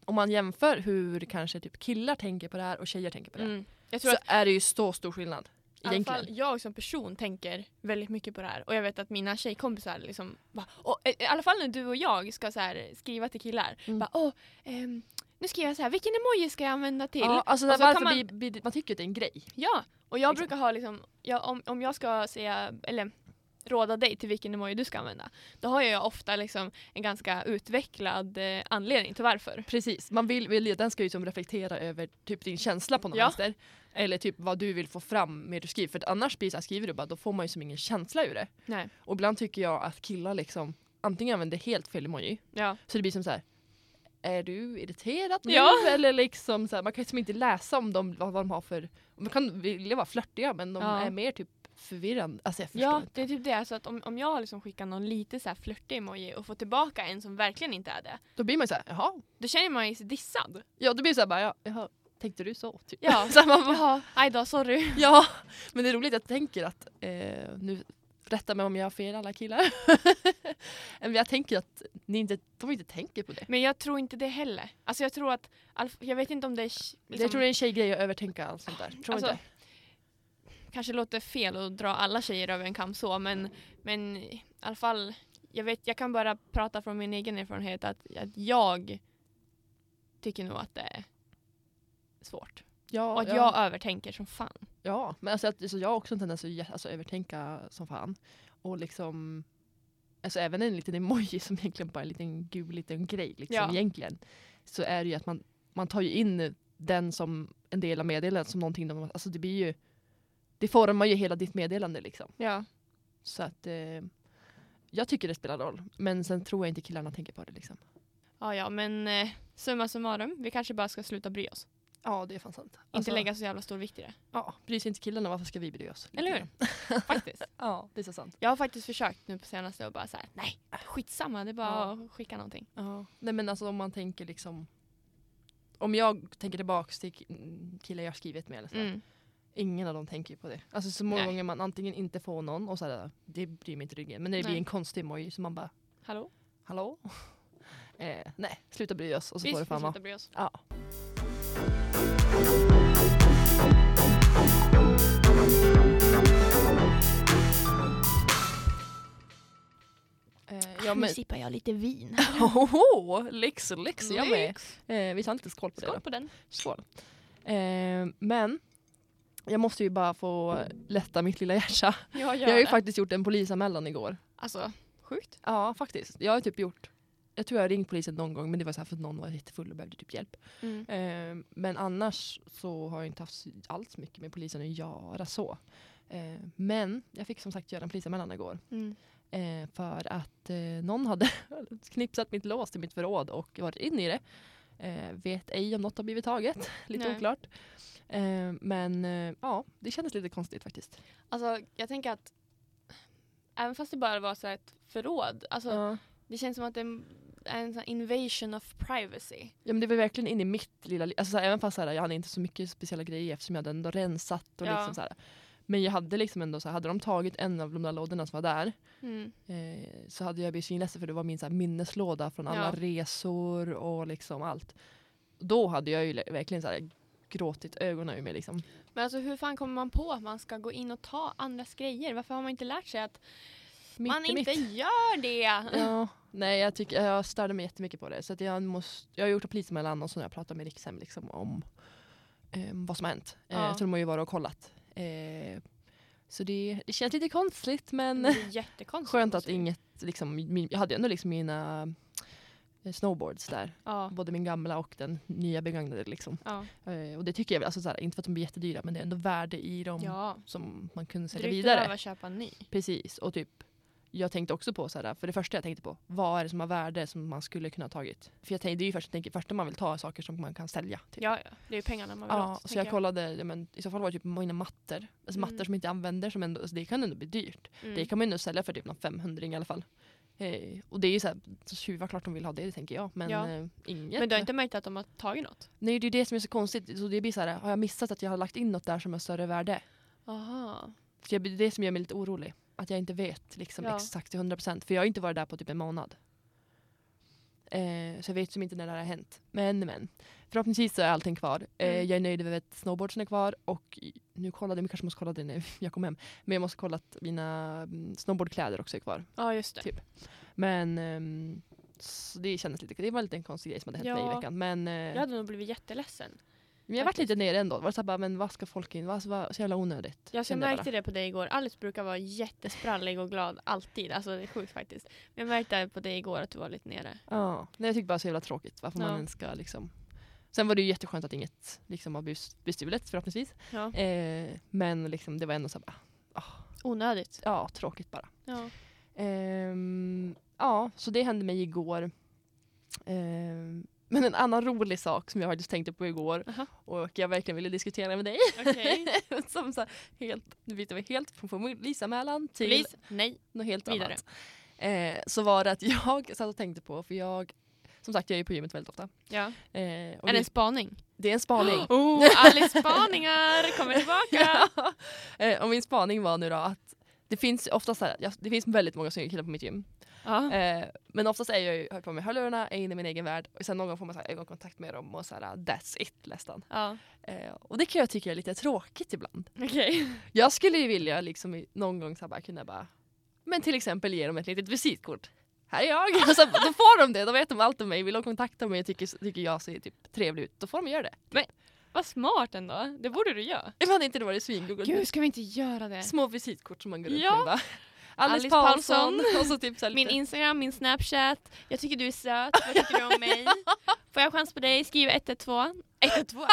Speaker 2: om man jämför hur kanske typ killar tänker på det här och tjejer tänker på det här,
Speaker 1: mm. Jag tror
Speaker 2: så
Speaker 1: att
Speaker 2: är det ju så stor skillnad.
Speaker 1: i alla fall
Speaker 2: Egentligen.
Speaker 1: jag som person tänker väldigt mycket på det här och jag vet att mina tjejkompisar liksom bara, och, eh, i alla fall när du och jag ska så här skriva till killar,
Speaker 2: Mm.
Speaker 1: bara åh, ehm, nu skriver jag så här, vilken emoji ska jag använda till?
Speaker 2: Ja, alltså
Speaker 1: Och så
Speaker 2: varför
Speaker 1: kan man-
Speaker 2: man... Blir, blir, man tycker att det är en grej.
Speaker 1: Ja, och jag
Speaker 2: Liksom.
Speaker 1: brukar ha liksom, ja, om, om jag ska säga, eller råda dig till vilken emoji du ska använda, då har jag ofta liksom en ganska utvecklad eh, anledning till varför.
Speaker 2: Precis, man vill, vill, den ska ju liksom reflektera över typ din känsla på något
Speaker 1: Ja.
Speaker 2: vänster. Eller typ vad du vill få fram med det du skriver. För att annars blir det så här, skriver du bara, då får man ju som ingen känsla ur det.
Speaker 1: Nej.
Speaker 2: Och ibland tycker jag att killar liksom antingen använder helt fel emoji.
Speaker 1: Ja.
Speaker 2: Så det blir som så här. Är du irriterad nu?
Speaker 1: Ja.
Speaker 2: [laughs] Eller liksom så här, man kan liksom inte läsa om dem, vad, vad de har för... Man kan vilja vara flörtiga men de
Speaker 1: Ja.
Speaker 2: är mer typ förvirrande. Alltså jag förstår
Speaker 1: Ja,
Speaker 2: inte.
Speaker 1: det är typ det. Så att om, om jag liksom skickar någon lite så här flörtig emoji och får tillbaka en som verkligen inte är det,
Speaker 2: Då blir man ju såhär, jaha.
Speaker 1: då känner man ju sig dissad.
Speaker 2: Ja, då blir det såhär bara, ja, jaha, tänkte du så? Typ.
Speaker 1: Ja,
Speaker 2: [laughs] så här, man
Speaker 1: [laughs]
Speaker 2: bara,
Speaker 1: Jaha, aj då, sorry.
Speaker 2: ja, men det är roligt, jag tänker att, eh, nu rätta mig om jag har fel alla killar. [laughs] men jag tänker att ni inte, de inte tänker på det.
Speaker 1: Men jag tror inte det heller. Alltså jag tror att, Alf, jag vet inte om det är, ch- liksom,
Speaker 2: Jag tror det är en tjejgrej att övertänka allt sånt där. Tror
Speaker 1: alltså,
Speaker 2: inte?
Speaker 1: kanske låter fel att dra alla tjejer över en kam så, men, men i alla fall, jag, vet, jag kan bara prata från min egen erfarenhet att, att jag tycker nog att det är svårt.
Speaker 2: Ja,
Speaker 1: Och att
Speaker 2: ja.
Speaker 1: jag övertänker som fan.
Speaker 2: Ja, men alltså, att- så jag har också en tendens att jä- alltså, övertänka som fan. Och liksom, alltså även en liten emoji som egentligen bara är en liten gul liten grej liksom,
Speaker 1: Ja.
Speaker 2: egentligen. Så är det ju att man, man tar ju in den som en del av meddelandet som någonting, de, alltså det blir ju, det formar ju hela ditt meddelande liksom.
Speaker 1: Ja.
Speaker 2: Så att eh, jag tycker det spelar roll. Men sen tror jag inte killarna tänker på det liksom.
Speaker 1: Ja, ja, men eh, summa summarum, vi kanske bara ska sluta bry oss.
Speaker 2: Ja, det är fan sant. Alltså,
Speaker 1: inte lägga så jävla stor vikt
Speaker 2: [laughs]
Speaker 1: i det.
Speaker 2: Ja, bryr sig inte killarna, varför ska vi bry oss?
Speaker 1: Eller hur? Faktiskt.
Speaker 2: Ja, det är så sant.
Speaker 1: Jag har faktiskt försökt nu på senaste och bara så här, nej, skitsamma, det är bara
Speaker 2: Ja.
Speaker 1: att skicka någonting.
Speaker 2: Ja, nej men alltså om man tänker liksom om jag tänker tillbaks till k- killar jag har skrivit med, eller så,
Speaker 1: Mm.
Speaker 2: ingen av dem tänker ju på det. Alltså så många
Speaker 1: Nej.
Speaker 2: gånger man antingen inte får någon och så här, det bryr mig inte ryggen, men när det
Speaker 1: Nej.
Speaker 2: blir en konstig emoji så man bara
Speaker 1: Hallå?
Speaker 2: hallå? [laughs] eh, nej, sluta bry oss och så
Speaker 1: Vi
Speaker 2: får det fan vara.
Speaker 1: slutar bry oss.
Speaker 2: Ja. Eh, [laughs] Ja, men,
Speaker 1: sippar jag lite vin.
Speaker 2: Oho, läxor, läxor jag med.
Speaker 1: Lyx.
Speaker 2: Eh, vi tar inte skål på det
Speaker 1: Skål
Speaker 2: då.
Speaker 1: på den.
Speaker 2: Skål. Eh, men jag måste ju bara få lätta mitt lilla hjärta.
Speaker 1: Jag gör
Speaker 2: Jag har ju
Speaker 1: det.
Speaker 2: faktiskt gjort en polisanmälan igår.
Speaker 1: Alltså, sjukt.
Speaker 2: Ja, faktiskt. Jag har typ gjort jag tror jag har ringt polisen någon gång men det var så här för att någon var jättefull och behövde typ hjälp.
Speaker 1: Mm.
Speaker 2: Eh, men annars så har jag inte haft alls mycket med polisen att göra så. Eh, men jag fick som sagt göra en polisanmälan igår.
Speaker 1: Mm.
Speaker 2: Eh, för att eh, någon hade [laughs] knipsat mitt lås till mitt förråd och varit inne i det. Eh, vet ej om något har blivit taget. [laughs] lite
Speaker 1: Nej.
Speaker 2: oklart. Eh, men eh, ja, det kändes lite konstigt faktiskt.
Speaker 1: Alltså, jag tänker att även fast det bara var så här ett förråd, alltså,
Speaker 2: Ja.
Speaker 1: det känns som att det är en, en sån här invasion of privacy.
Speaker 2: Ja, men det var verkligen in i mitt lilla liv. Alltså, såhär, även fast såhär, jag hade inte så mycket speciella grejer eftersom jag hade ändå rensat. Och
Speaker 1: Ja.
Speaker 2: liksom, såhär. Men jag hade liksom ändå såhär, hade de tagit en av de där lådorna som var där
Speaker 1: Mm.
Speaker 2: eh, så hade jag blivit svinledsen för det var min så här, minneslåda från alla
Speaker 1: Ja.
Speaker 2: resor och liksom allt. Då hade jag ju le- verkligen så här, gråtit ögonen ur mig. Liksom.
Speaker 1: Men alltså hur fan kommer man på att man ska gå in och ta andras grejer? Varför har man inte lärt sig att
Speaker 2: Mitt
Speaker 1: man
Speaker 2: i
Speaker 1: inte
Speaker 2: mitt.
Speaker 1: gör det?
Speaker 2: Ja, nej, jag, tycker, jag störde mig jättemycket på det. Så att jag, måste, jag har gjort en polisanmälan och så har jag pratat med Rikshem liksom, om eh, vad som har hänt. Eh,
Speaker 1: Ja.
Speaker 2: så de har ju varit och kollat. Eh, så det, det känns lite konstigt [laughs] men
Speaker 1: Det är jättekonstigt.
Speaker 2: skönt att
Speaker 1: måste det-
Speaker 2: inget, liksom, min, jag hade ju ändå liksom mina eh, snowboards där.
Speaker 1: Ja.
Speaker 2: Både min gamla och den nya begagnade. Liksom.
Speaker 1: Ja.
Speaker 2: Eh, och det tycker jag, väl, alltså, såhär, inte för att de blir jättedyra men det är ändå värde i dem
Speaker 1: ja.
Speaker 2: som man kunde sälja
Speaker 1: Drygt att
Speaker 2: vidare.
Speaker 1: behöva köpa en ny.
Speaker 2: Precis, och typ jag tänkte också på så här, för det första jag tänkte på, vad är det som har värde som man skulle kunna ha tagit? För jag tänkte, det är ju först, jag tänker, första man vill ta är saker som man kan sälja. Typ.
Speaker 1: Ja, ja. Det är ju pengarna man vill
Speaker 2: Ja,
Speaker 1: åt.
Speaker 2: så
Speaker 1: tänker
Speaker 2: jag kollade, ja, men, i så fall var det typ mina mattor, alltså
Speaker 1: Mm.
Speaker 2: mattor som jag inte använder, som ändå, alltså, det kan ändå bli dyrt.
Speaker 1: Mm.
Speaker 2: Det kan man ju ändå sälja för typ någon 500 i alla fall. Eh, och det är ju så här, så tjuvar klart de vill ha det, det tänker jag, men
Speaker 1: Ja.
Speaker 2: eh, inget.
Speaker 1: Men du har inte märkt att de har tagit något?
Speaker 2: Nej, det är ju det som är så konstigt, så det blir så här, har jag missat att jag har lagt in något där som har större värde?
Speaker 1: Aha.
Speaker 2: För jag, det är det som gör mig lite orolig. Att jag inte vet liksom,
Speaker 1: Ja.
Speaker 2: exakt till 100 procent. För jag har inte varit där på typ en månad. Eh, så jag vet som inte när det här har hänt. Men men. Förhoppningsvis så är allting kvar. Eh,
Speaker 1: Mm.
Speaker 2: Jag är nöjd över att snowboardsen är kvar. Och i- nu kollade jag, kanske måste kolla det när [laughs] jag kom hem. Men jag måste kolla att mina mm, snowboardkläder också är kvar.
Speaker 1: Ja, just det.
Speaker 2: Typ. Men ehm, så det kändes lite, det var en liten konstig grej som hade hänt mig i
Speaker 1: Ja.
Speaker 2: veckan. Men, eh,
Speaker 1: Jag hade nog blivit jätteledsen.
Speaker 2: men jag varit lite nere ändå. Det var så här bara, men vad ska folk in? Vad, vad, så jävla onödigt.
Speaker 1: Jag, jag
Speaker 2: kände bara.
Speaker 1: märkte det på dig igår. Alice brukar vara jättesprallig och glad alltid. Alltså det är sjukt faktiskt. Men jag märkte på dig igår att du var lite nere.
Speaker 2: Ja, nej, jag tycker bara det är så jävla tråkigt varför man
Speaker 1: Ja.
Speaker 2: ens ska liksom. Sen var det ju jätteskönt att inget liksom har blivit bestulet förhoppningsvis.
Speaker 1: Ja.
Speaker 2: Eh, men liksom, det var ändå så här, bara,
Speaker 1: Onödigt.
Speaker 2: ja tråkigt bara.
Speaker 1: Ja.
Speaker 2: Ehm, ja, så det hände mig igår. Ehm, men Men en annan rolig sak som jag faktiskt tänkte på igår
Speaker 1: Aha.
Speaker 2: och jag verkligen ville diskutera med dig.
Speaker 1: [laughs] Okej.
Speaker 2: [laughs] som så här, helt, nu byter vi helt från polisanmälan till
Speaker 1: Polis? Nej.
Speaker 2: något helt
Speaker 1: Vidare.
Speaker 2: annat. Eh, så var det att [laughs] jag satt och tänkte på, för jag, som sagt jag är ju på gymmet väldigt ofta.
Speaker 1: Ja.
Speaker 2: Eh, och
Speaker 1: Är det en
Speaker 2: det,
Speaker 1: spaning?
Speaker 2: det är en spaning.
Speaker 1: [gasps] [laughs] Oh, Alice spaningar kommer tillbaka!
Speaker 2: [laughs] eh, och min spaning var nu då att det finns oftast så här, jag, det finns väldigt många snygga killar på mitt gym.
Speaker 1: Ja.
Speaker 2: Eh, men oftast är jag ju, har på mig hörlurarna, är inne i min egen värld och sen någon gång får man så här ögonkontakt med dem och så här that's it nästan.
Speaker 1: ja.
Speaker 2: Eh, och det kan jag tycka är lite tråkigt ibland.
Speaker 1: Okej.
Speaker 2: Jag skulle ju vilja liksom i- någon gång så här bara kunna bara, men till exempel ge dem ett litet visitkort. Här är jag! [laughs] Och så, då får de det, då vet de allt om mig. Vill de kontakta mig och tycker, tycker jag ser typ trevlig ut, då får de göra det.
Speaker 1: Vad smart ändå. Det borde du göra.
Speaker 2: Ibland är inte det varit svingoogle.
Speaker 1: Gud, ska vi inte göra det?
Speaker 2: Små visitkort som man går ut
Speaker 1: Ja.
Speaker 2: med va? Alice,
Speaker 1: Alice
Speaker 2: Paulsson. [laughs]
Speaker 1: Paulsson.
Speaker 2: Och så typ så här
Speaker 1: Min
Speaker 2: lite,
Speaker 1: Instagram, min Snapchat. Jag tycker du är söt. Vad tycker du om [laughs] mig? Får jag chans på dig? Skriv 112.
Speaker 2: [laughs]
Speaker 1: 112?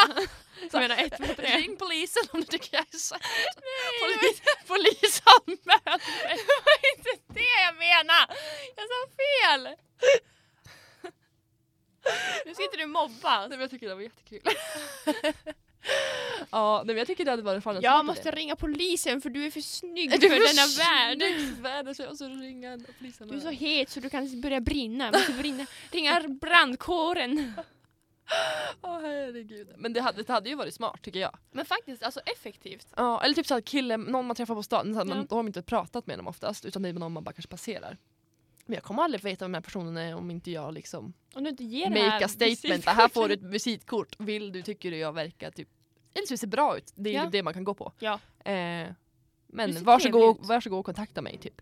Speaker 1: Jag menar 113.
Speaker 2: Ring polisen om du tycker jag är söt. Polis, polisanmäl mig.
Speaker 1: inte det jag menar! Jag sa fel! Nu ska inte du mobba.
Speaker 2: Nej, men jag tycker det var jättekul. [laughs] ja, nej, men jag tycker det hade varit fan en smart
Speaker 1: Jag
Speaker 2: idé.
Speaker 1: måste ringa polisen för du är för snygg
Speaker 2: Du
Speaker 1: för
Speaker 2: är
Speaker 1: denna
Speaker 2: så
Speaker 1: värld.
Speaker 2: snygg för världen så alltså, jag måste ringa en polisanmälan.
Speaker 1: Du är så het så du kan börja brinna. Vi ska brinna. [laughs] Ringa brandkåren.
Speaker 2: Åh herregud. Men det hade, det hade ju varit smart tycker jag.
Speaker 1: Men faktiskt, alltså effektivt.
Speaker 2: Ja, eller typ såhär kille, någon man träffar på stan, såhär,
Speaker 1: Ja.
Speaker 2: man, då har man inte pratat med dem oftast utan det är någon man bara kanske passerar. Men jag kommer aldrig få veta vem den här personen är om inte jag liksom
Speaker 1: Om du inte ger det
Speaker 2: make
Speaker 1: här
Speaker 2: a statement. Här får du ett visitkort. Vill du, tycker du jag verkar typ, eller så ser bra ut. Det är
Speaker 1: Ja.
Speaker 2: ju det man kan gå på.
Speaker 1: Ja.
Speaker 2: Eh, men
Speaker 1: ser
Speaker 2: varsågod,
Speaker 1: trevlig ut.
Speaker 2: varsågod och kontakta mig typ.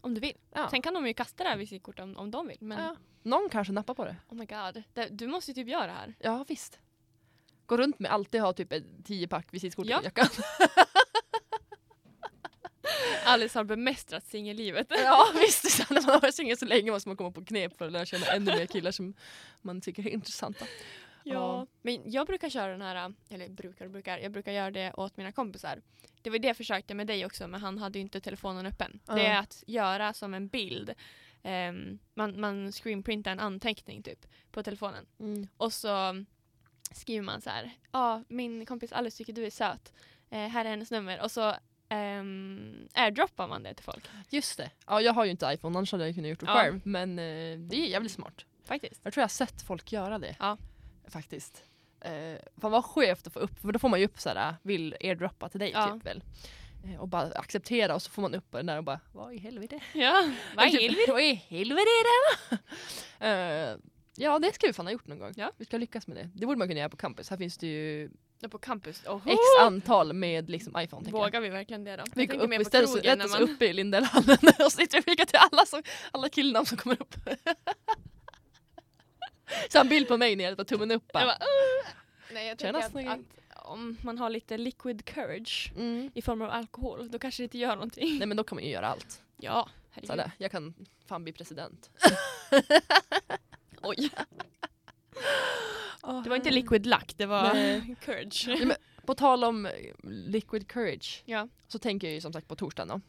Speaker 1: Om du vill.
Speaker 2: Ja.
Speaker 1: Sen kan de ju kasta det här visitkortet om, om de vill. Men
Speaker 2: Ja. Någon kanske nappar på det.
Speaker 1: oh my god. Det, du måste ju typ göra det här.
Speaker 2: Ja visst. Gå runt med alltid ha typ ett 10 pack visitkort
Speaker 1: Ja. [laughs]
Speaker 2: i jackan.
Speaker 1: Alice har bemästrat singellivet.
Speaker 2: Ja visst, det är [laughs] sant. man har varit singel så länge måste man komma på knep för att lära känna ännu mer killar som man tycker är intressanta. Ja.
Speaker 1: Men jag brukar köra den här, eller brukar och brukar, jag brukar göra det åt mina kompisar. Det var det jag försökte med dig också men han hade ju inte telefonen öppen.
Speaker 2: Ja.
Speaker 1: Det är att göra som en bild. Ehm, man, man screenprintar en anteckning typ på telefonen. Och så skriver man så här. Ja, min kompis Alice tycker du är söt. Eh, här är hennes nummer. Och så ehm, airdroppar man det till folk.
Speaker 2: Just det. Ja, jag har ju inte iPhone, annars hade jag kunnat gjort det
Speaker 1: Ja.
Speaker 2: själv. Men eh, det är jävligt smart.
Speaker 1: Faktiskt.
Speaker 2: Jag tror jag har sett folk göra det.
Speaker 1: Ja.
Speaker 2: Faktiskt. Eh, fan vad skevt att få upp, för då får man ju upp såhär, vill airdroppa till dig
Speaker 1: Ja.
Speaker 2: typ väl. Eh, och bara acceptera och så får man upp den där och bara, vad i helvete.
Speaker 1: Ja, vad
Speaker 2: Typ,
Speaker 1: vill
Speaker 2: Vad i helvete är det? [laughs] Eh, Ja det ska vi fan ha gjort någon gång.
Speaker 1: Ja.
Speaker 2: Vi ska lyckas med det. Det borde man kunna göra på campus. Här finns det ju
Speaker 1: vi? På campus. Oh,
Speaker 2: X antal med liksom iPhone. tänker jag.
Speaker 1: Vågar vi verkligen det då?
Speaker 2: Vi
Speaker 1: Jag
Speaker 2: går
Speaker 1: tänker
Speaker 2: upp,
Speaker 1: mer
Speaker 2: vi
Speaker 1: på
Speaker 2: ställer oss
Speaker 1: krogen
Speaker 2: rätt
Speaker 1: när
Speaker 2: oss
Speaker 1: man...
Speaker 2: upp i Lindelhallen [laughs] och sitter och skickar till alla, som, alla killnamn som kommer upp. [laughs] Så en bild på mig när jag bara tummen upp.
Speaker 1: Jag
Speaker 2: Bara.
Speaker 1: bara, "Åh!" Nej jag
Speaker 2: Tjena,
Speaker 1: tänker att,
Speaker 2: snygg.
Speaker 1: att om man har lite liquid courage
Speaker 2: Mm.
Speaker 1: i form av alkohol då kanske det inte gör någonting.
Speaker 2: Nej men då kan man ju göra allt.
Speaker 1: [laughs] Ja,
Speaker 2: Så
Speaker 1: herregud.
Speaker 2: där, jag kan fan bli president.
Speaker 1: [laughs]
Speaker 2: [laughs]
Speaker 1: Oj. Det var inte liquid luck, det var
Speaker 2: Nej.
Speaker 1: [laughs] courage.
Speaker 2: På tal om eh, liquid courage
Speaker 1: Ja.
Speaker 2: så tänker jag ju som sagt på torsdagen då.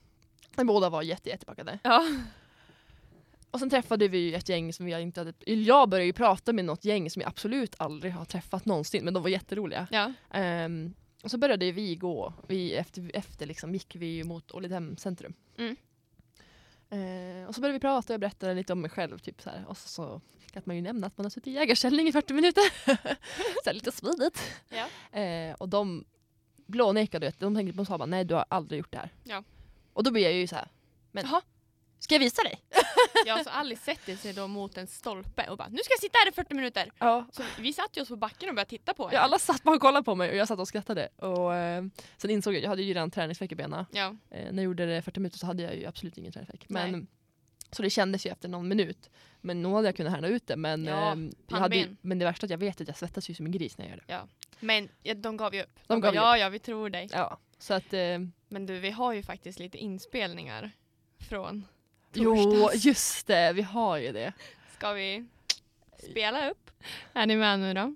Speaker 2: När båda var jätte, jättepackade.
Speaker 1: ja.
Speaker 2: Och sen träffade vi ju ett gäng som jag inte hade... Jag började ju prata med något gäng som jag absolut aldrig har träffat någonsin men de var jätteroliga.
Speaker 1: Ja.
Speaker 2: Ehm, och så började vi gå, vi efter, efter liksom, gick vi ju mot Ålidhem centrum.
Speaker 1: Mm.
Speaker 2: Ehm, och så började vi prata och jag berättade lite om mig själv. Typ, så här. Och så, så kan man ju nämna att man har suttit i jägarställning i 40 minuter. [laughs] så här, lite smidigt.
Speaker 1: Ja.
Speaker 2: Ehm, och de blånekade, vet du. de, tänkte, de sa bara nej du har aldrig gjort det här.
Speaker 1: Ja.
Speaker 2: Och då blir jag ju så här, men
Speaker 1: Jaha.
Speaker 2: ska jag visa dig?
Speaker 1: ja, så Alice sätter sig då mot en stolpe och bara nu ska jag sitta här i 40 minuter.
Speaker 2: Ja.
Speaker 1: Så vi satt ju oss på backen och började titta på henne.
Speaker 2: Ja, alla satt bara och kollade på mig och jag satt och skrattade. Och, eh, sen insåg jag, jag hade ju redan träningsvecka i benen.
Speaker 1: Ja.
Speaker 2: Eh, när jag gjorde det 40 minuter så hade jag ju absolut ingen träningsvärk.
Speaker 1: Nej.
Speaker 2: Men Så det kändes ju efter någon minut. Men nog hade jag kunnat härda ut det. Men,
Speaker 1: Ja,
Speaker 2: ehm, jag hade ju,
Speaker 1: pannben.
Speaker 2: men det värsta är att jag vet att jag svettas ju som en gris när jag gör det.
Speaker 1: Men ja, de gav ju upp. De,
Speaker 2: gav
Speaker 1: bara,
Speaker 2: ju
Speaker 1: ja, ja, vi tror dig.
Speaker 2: Ja. Så att, eh,
Speaker 1: Men du, vi har ju faktiskt lite inspelningar från
Speaker 2: jo
Speaker 1: torsdags.
Speaker 2: just det, vi har ju det.
Speaker 1: Ska vi spela upp? Är ni med nu då?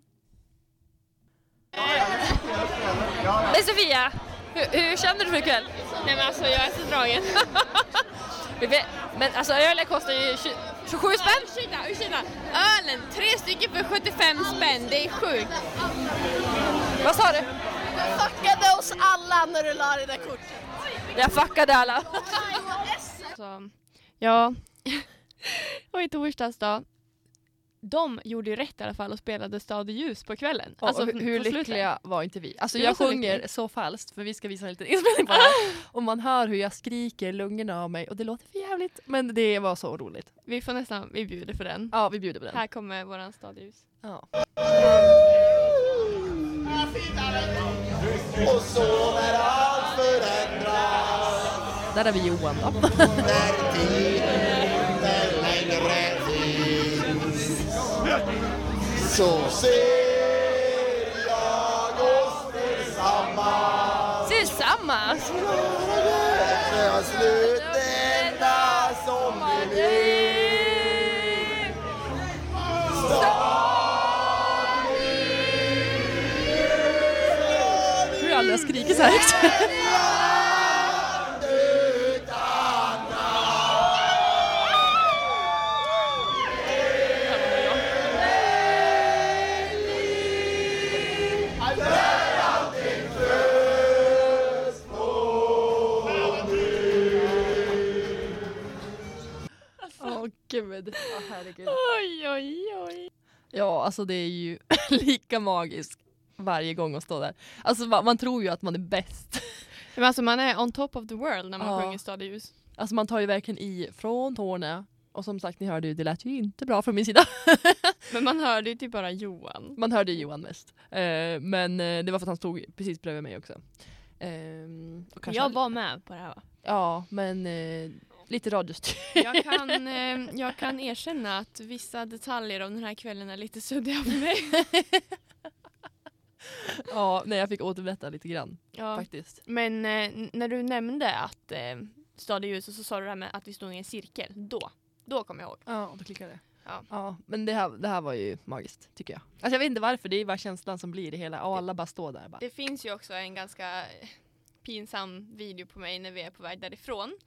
Speaker 1: Hej Sofia! Hur, känner du för ikväll? Nej men alltså jag är så dragen.
Speaker 3: Vi vet- Men alltså ölen kostar ju tju- 27 spänn?
Speaker 1: Ursäkta, ursäkta. Ölen, tre stycken för 75 spänn. Det är sjukt.
Speaker 3: Vad sa du?
Speaker 4: Du fuckade oss alla när du la det där kortet.
Speaker 3: Jag fuckade alla.
Speaker 1: Alltså, ja. [laughs] och i torsdags då. De gjorde ju rätt i alla fall och spelade Stad i ljus på kvällen.
Speaker 2: Och
Speaker 1: alltså
Speaker 2: hur, hur
Speaker 1: på slutet.
Speaker 2: lyckliga var inte vi? Alltså
Speaker 1: Vi var
Speaker 2: jag
Speaker 1: så
Speaker 2: sjunger
Speaker 1: lyckliga. Ah.
Speaker 2: så falskt för vi ska visa en liten [laughs] inspelning på det här. Och man hör hur jag skriker lungorna av mig och det låter för jävligt. Men det var så roligt.
Speaker 1: Vi får nästan, vi bjuder för den.
Speaker 2: Ja, vi bjuder på den.
Speaker 1: Här kommer våran Stad i ljus.
Speaker 2: Ja.
Speaker 5: Och så när allt förändras
Speaker 2: Där är vi Johan då.
Speaker 5: När tiden inte längre finns Så ser jag oss tillsammans
Speaker 3: Tillsammans!
Speaker 5: När slutända som vi vill
Speaker 2: Jag tror jag aldrig har skrikit så här högt. Åh gud. Ja, herregud.
Speaker 1: Oj, oj, oj.
Speaker 2: Ja, alltså det är ju [laughs] lika magiskt varje gång att stå där. Alltså man, man tror ju att man är bäst.
Speaker 1: Men alltså man är on top of the world när man
Speaker 2: Ja.
Speaker 1: sjunger Stad i ljus.
Speaker 2: Alltså man tar ju verkligen i från tårna. Och som sagt, ni hörde ju, det lät ju inte bra från min sida. [laughs]
Speaker 1: Men man hörde ju typ bara Johan.
Speaker 2: Man hörde ju Johan mest. Eh, men eh, det var för att han stod precis bredvid mig också. Eh, och kanske
Speaker 1: Jag var med på det här va?
Speaker 2: Ja, men eh, lite radiostyrt.
Speaker 1: Jag kan, eh, jag kan erkänna att vissa detaljer om den här kvällen är lite suddiga för
Speaker 2: [laughs]
Speaker 1: mig.
Speaker 2: [laughs] ja, nej jag fick återberätta lite grann
Speaker 1: Ja.
Speaker 2: faktiskt.
Speaker 1: Men eh, n- när du nämnde att eh, Stad i ljus och så sa du det här med att vi stod i en cirkel, då. Då kommer jag ihåg.
Speaker 2: Ja, då klickade det.
Speaker 1: Ja.
Speaker 2: Ja. men det här, det här var ju magiskt tycker jag. Alltså jag vet inte varför, det är bara känslan som blir det hela. Och alla bara står där bara.
Speaker 1: Det finns ju också en ganska eh, pinsam video på mig när vi är på väg därifrån.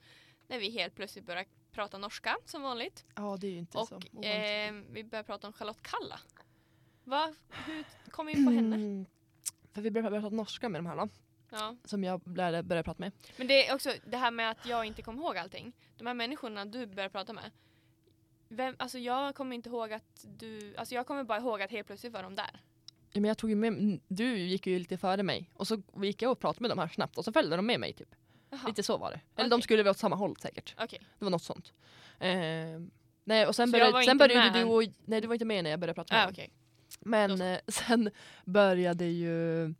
Speaker 1: När vi helt plötsligt börjar prata norska som vanligt.
Speaker 2: Ja, det är ju inte så.
Speaker 1: Och
Speaker 2: ovanligt.
Speaker 1: eh, vi börjar prata om Charlotte Kalla. Va? Hur kom vi in på henne?
Speaker 2: Mm. [clears throat] För vi började började prata norska med de här då,
Speaker 1: Ja.
Speaker 2: som jag lärde, började prata med.
Speaker 1: Men det är också det här med att jag inte kom ihåg allting. De här människorna du börjar prata med. Vem, alltså jag kommer inte ihåg att du, alltså jag kommer bara ihåg att helt plötsligt var de där.
Speaker 2: Ja, Men jag tog ju med, du gick ju lite före mig och så gick jag och pratade med dem här snabbt och så följde de med mig typ.
Speaker 1: Jaha.
Speaker 2: Lite så var det. Eller de
Speaker 1: Okej.
Speaker 2: skulle vara åt samma håll säkert.
Speaker 1: Okej.
Speaker 2: Det var något sånt. Eh, nej och sen
Speaker 1: Så jag var
Speaker 2: började, sen
Speaker 1: inte
Speaker 2: började
Speaker 1: med
Speaker 2: du
Speaker 1: än?
Speaker 2: och, nej du var inte med när jag började prata med
Speaker 1: Ah,
Speaker 2: dem.
Speaker 1: okej. Då
Speaker 2: Men
Speaker 1: så.
Speaker 2: eh, [laughs] sen började ju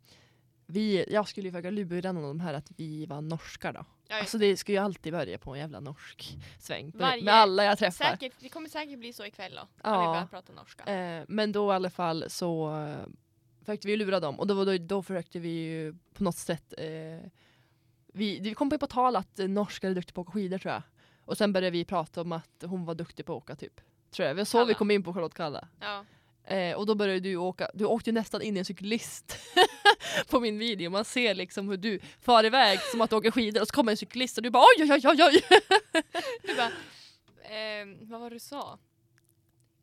Speaker 2: vi, jag skulle ju försöka lura någon av de här att vi var norska då.
Speaker 1: Ja, just
Speaker 2: Alltså det ska ju alltid börja på en jävla norsk sväng.
Speaker 1: Varje-
Speaker 2: Med alla jag träffar.
Speaker 1: Säkert, det kommer säkert bli så ikväll då. När vi
Speaker 2: Ja.
Speaker 1: börjar prata norska.
Speaker 2: Eh, men då i alla fall så eh, försökte vi lura dem och då, då, då försökte vi ju på något sätt eh, vi, vi kom på tal att eh, norskar är duktiga på att åka skidor tror jag. Och sen började vi prata om att hon var duktig på att åka typ. Tror jag. Det var så vi
Speaker 1: Kalla.
Speaker 2: kom in på Charlotte Kalla.
Speaker 1: Ja.
Speaker 2: Eh, och då började du åka, du åkte ju nästan in i en cyklist [laughs] på min video. Man ser liksom hur du far iväg som att du åker skidor och så kommer en cyklist och du bara oj oj oj oj oj.
Speaker 1: Du bara, ehm, vad var det du sa?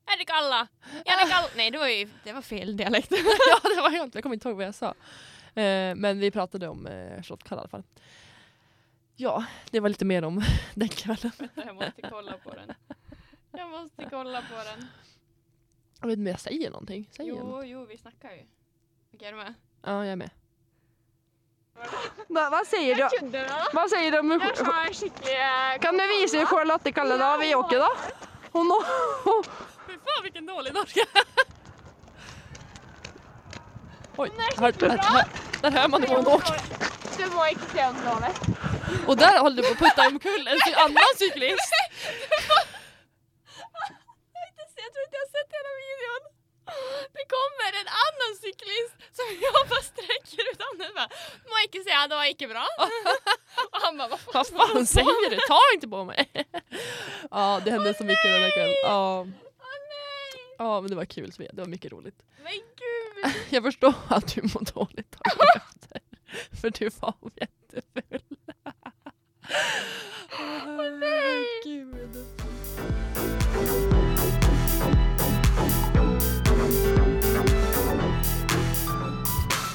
Speaker 1: Är det galla? Är det galla? Nej det var ju, det var fel [laughs] dialekt.
Speaker 2: [laughs] ja det var helt, jag kommer inte ihåg vad jag sa. Eh, men vi pratade om eh, Charlotte Kalla i alla fall. Ja, det var lite mer om [laughs] den kvällen.
Speaker 1: Jag måste kolla på den. Jag måste kolla på den.
Speaker 2: Jag vet inte om jag säger någonting. Säger jag något?
Speaker 1: Jo, jo vi snackar ju. Okej, är du med?
Speaker 2: Ja, jag är med.
Speaker 3: vad säger du? Vad säger du om... Kan du visa hur Charlotte kallar det vi åker då? Hon [laughs]
Speaker 2: Fy fan vilken dålig norska! Oj, hör, där, hör, där hör man hur hon åker.
Speaker 4: Du må inte säga om det.
Speaker 2: Och där håller du på att putta omkull en cy- annan cyklist.
Speaker 1: Jag tror inte jag har sett hela videon. Det kommer en annan cyklist som jag bara sträcker ut handen bara Må inte säga det var inte bra. Och han bara vad fan.
Speaker 2: Vad fan säger du? Ta inte på mig! [laughs] Ja, det hände så mycket den här kvällen. Ja,
Speaker 1: Åh nej!
Speaker 2: ja, men det var kul Sofia. Det var mycket roligt.
Speaker 1: Men gud!
Speaker 2: Jag förstår att du mår dåligt dagen [laughs] efter. För du var jättefull. Åh oh, herregud.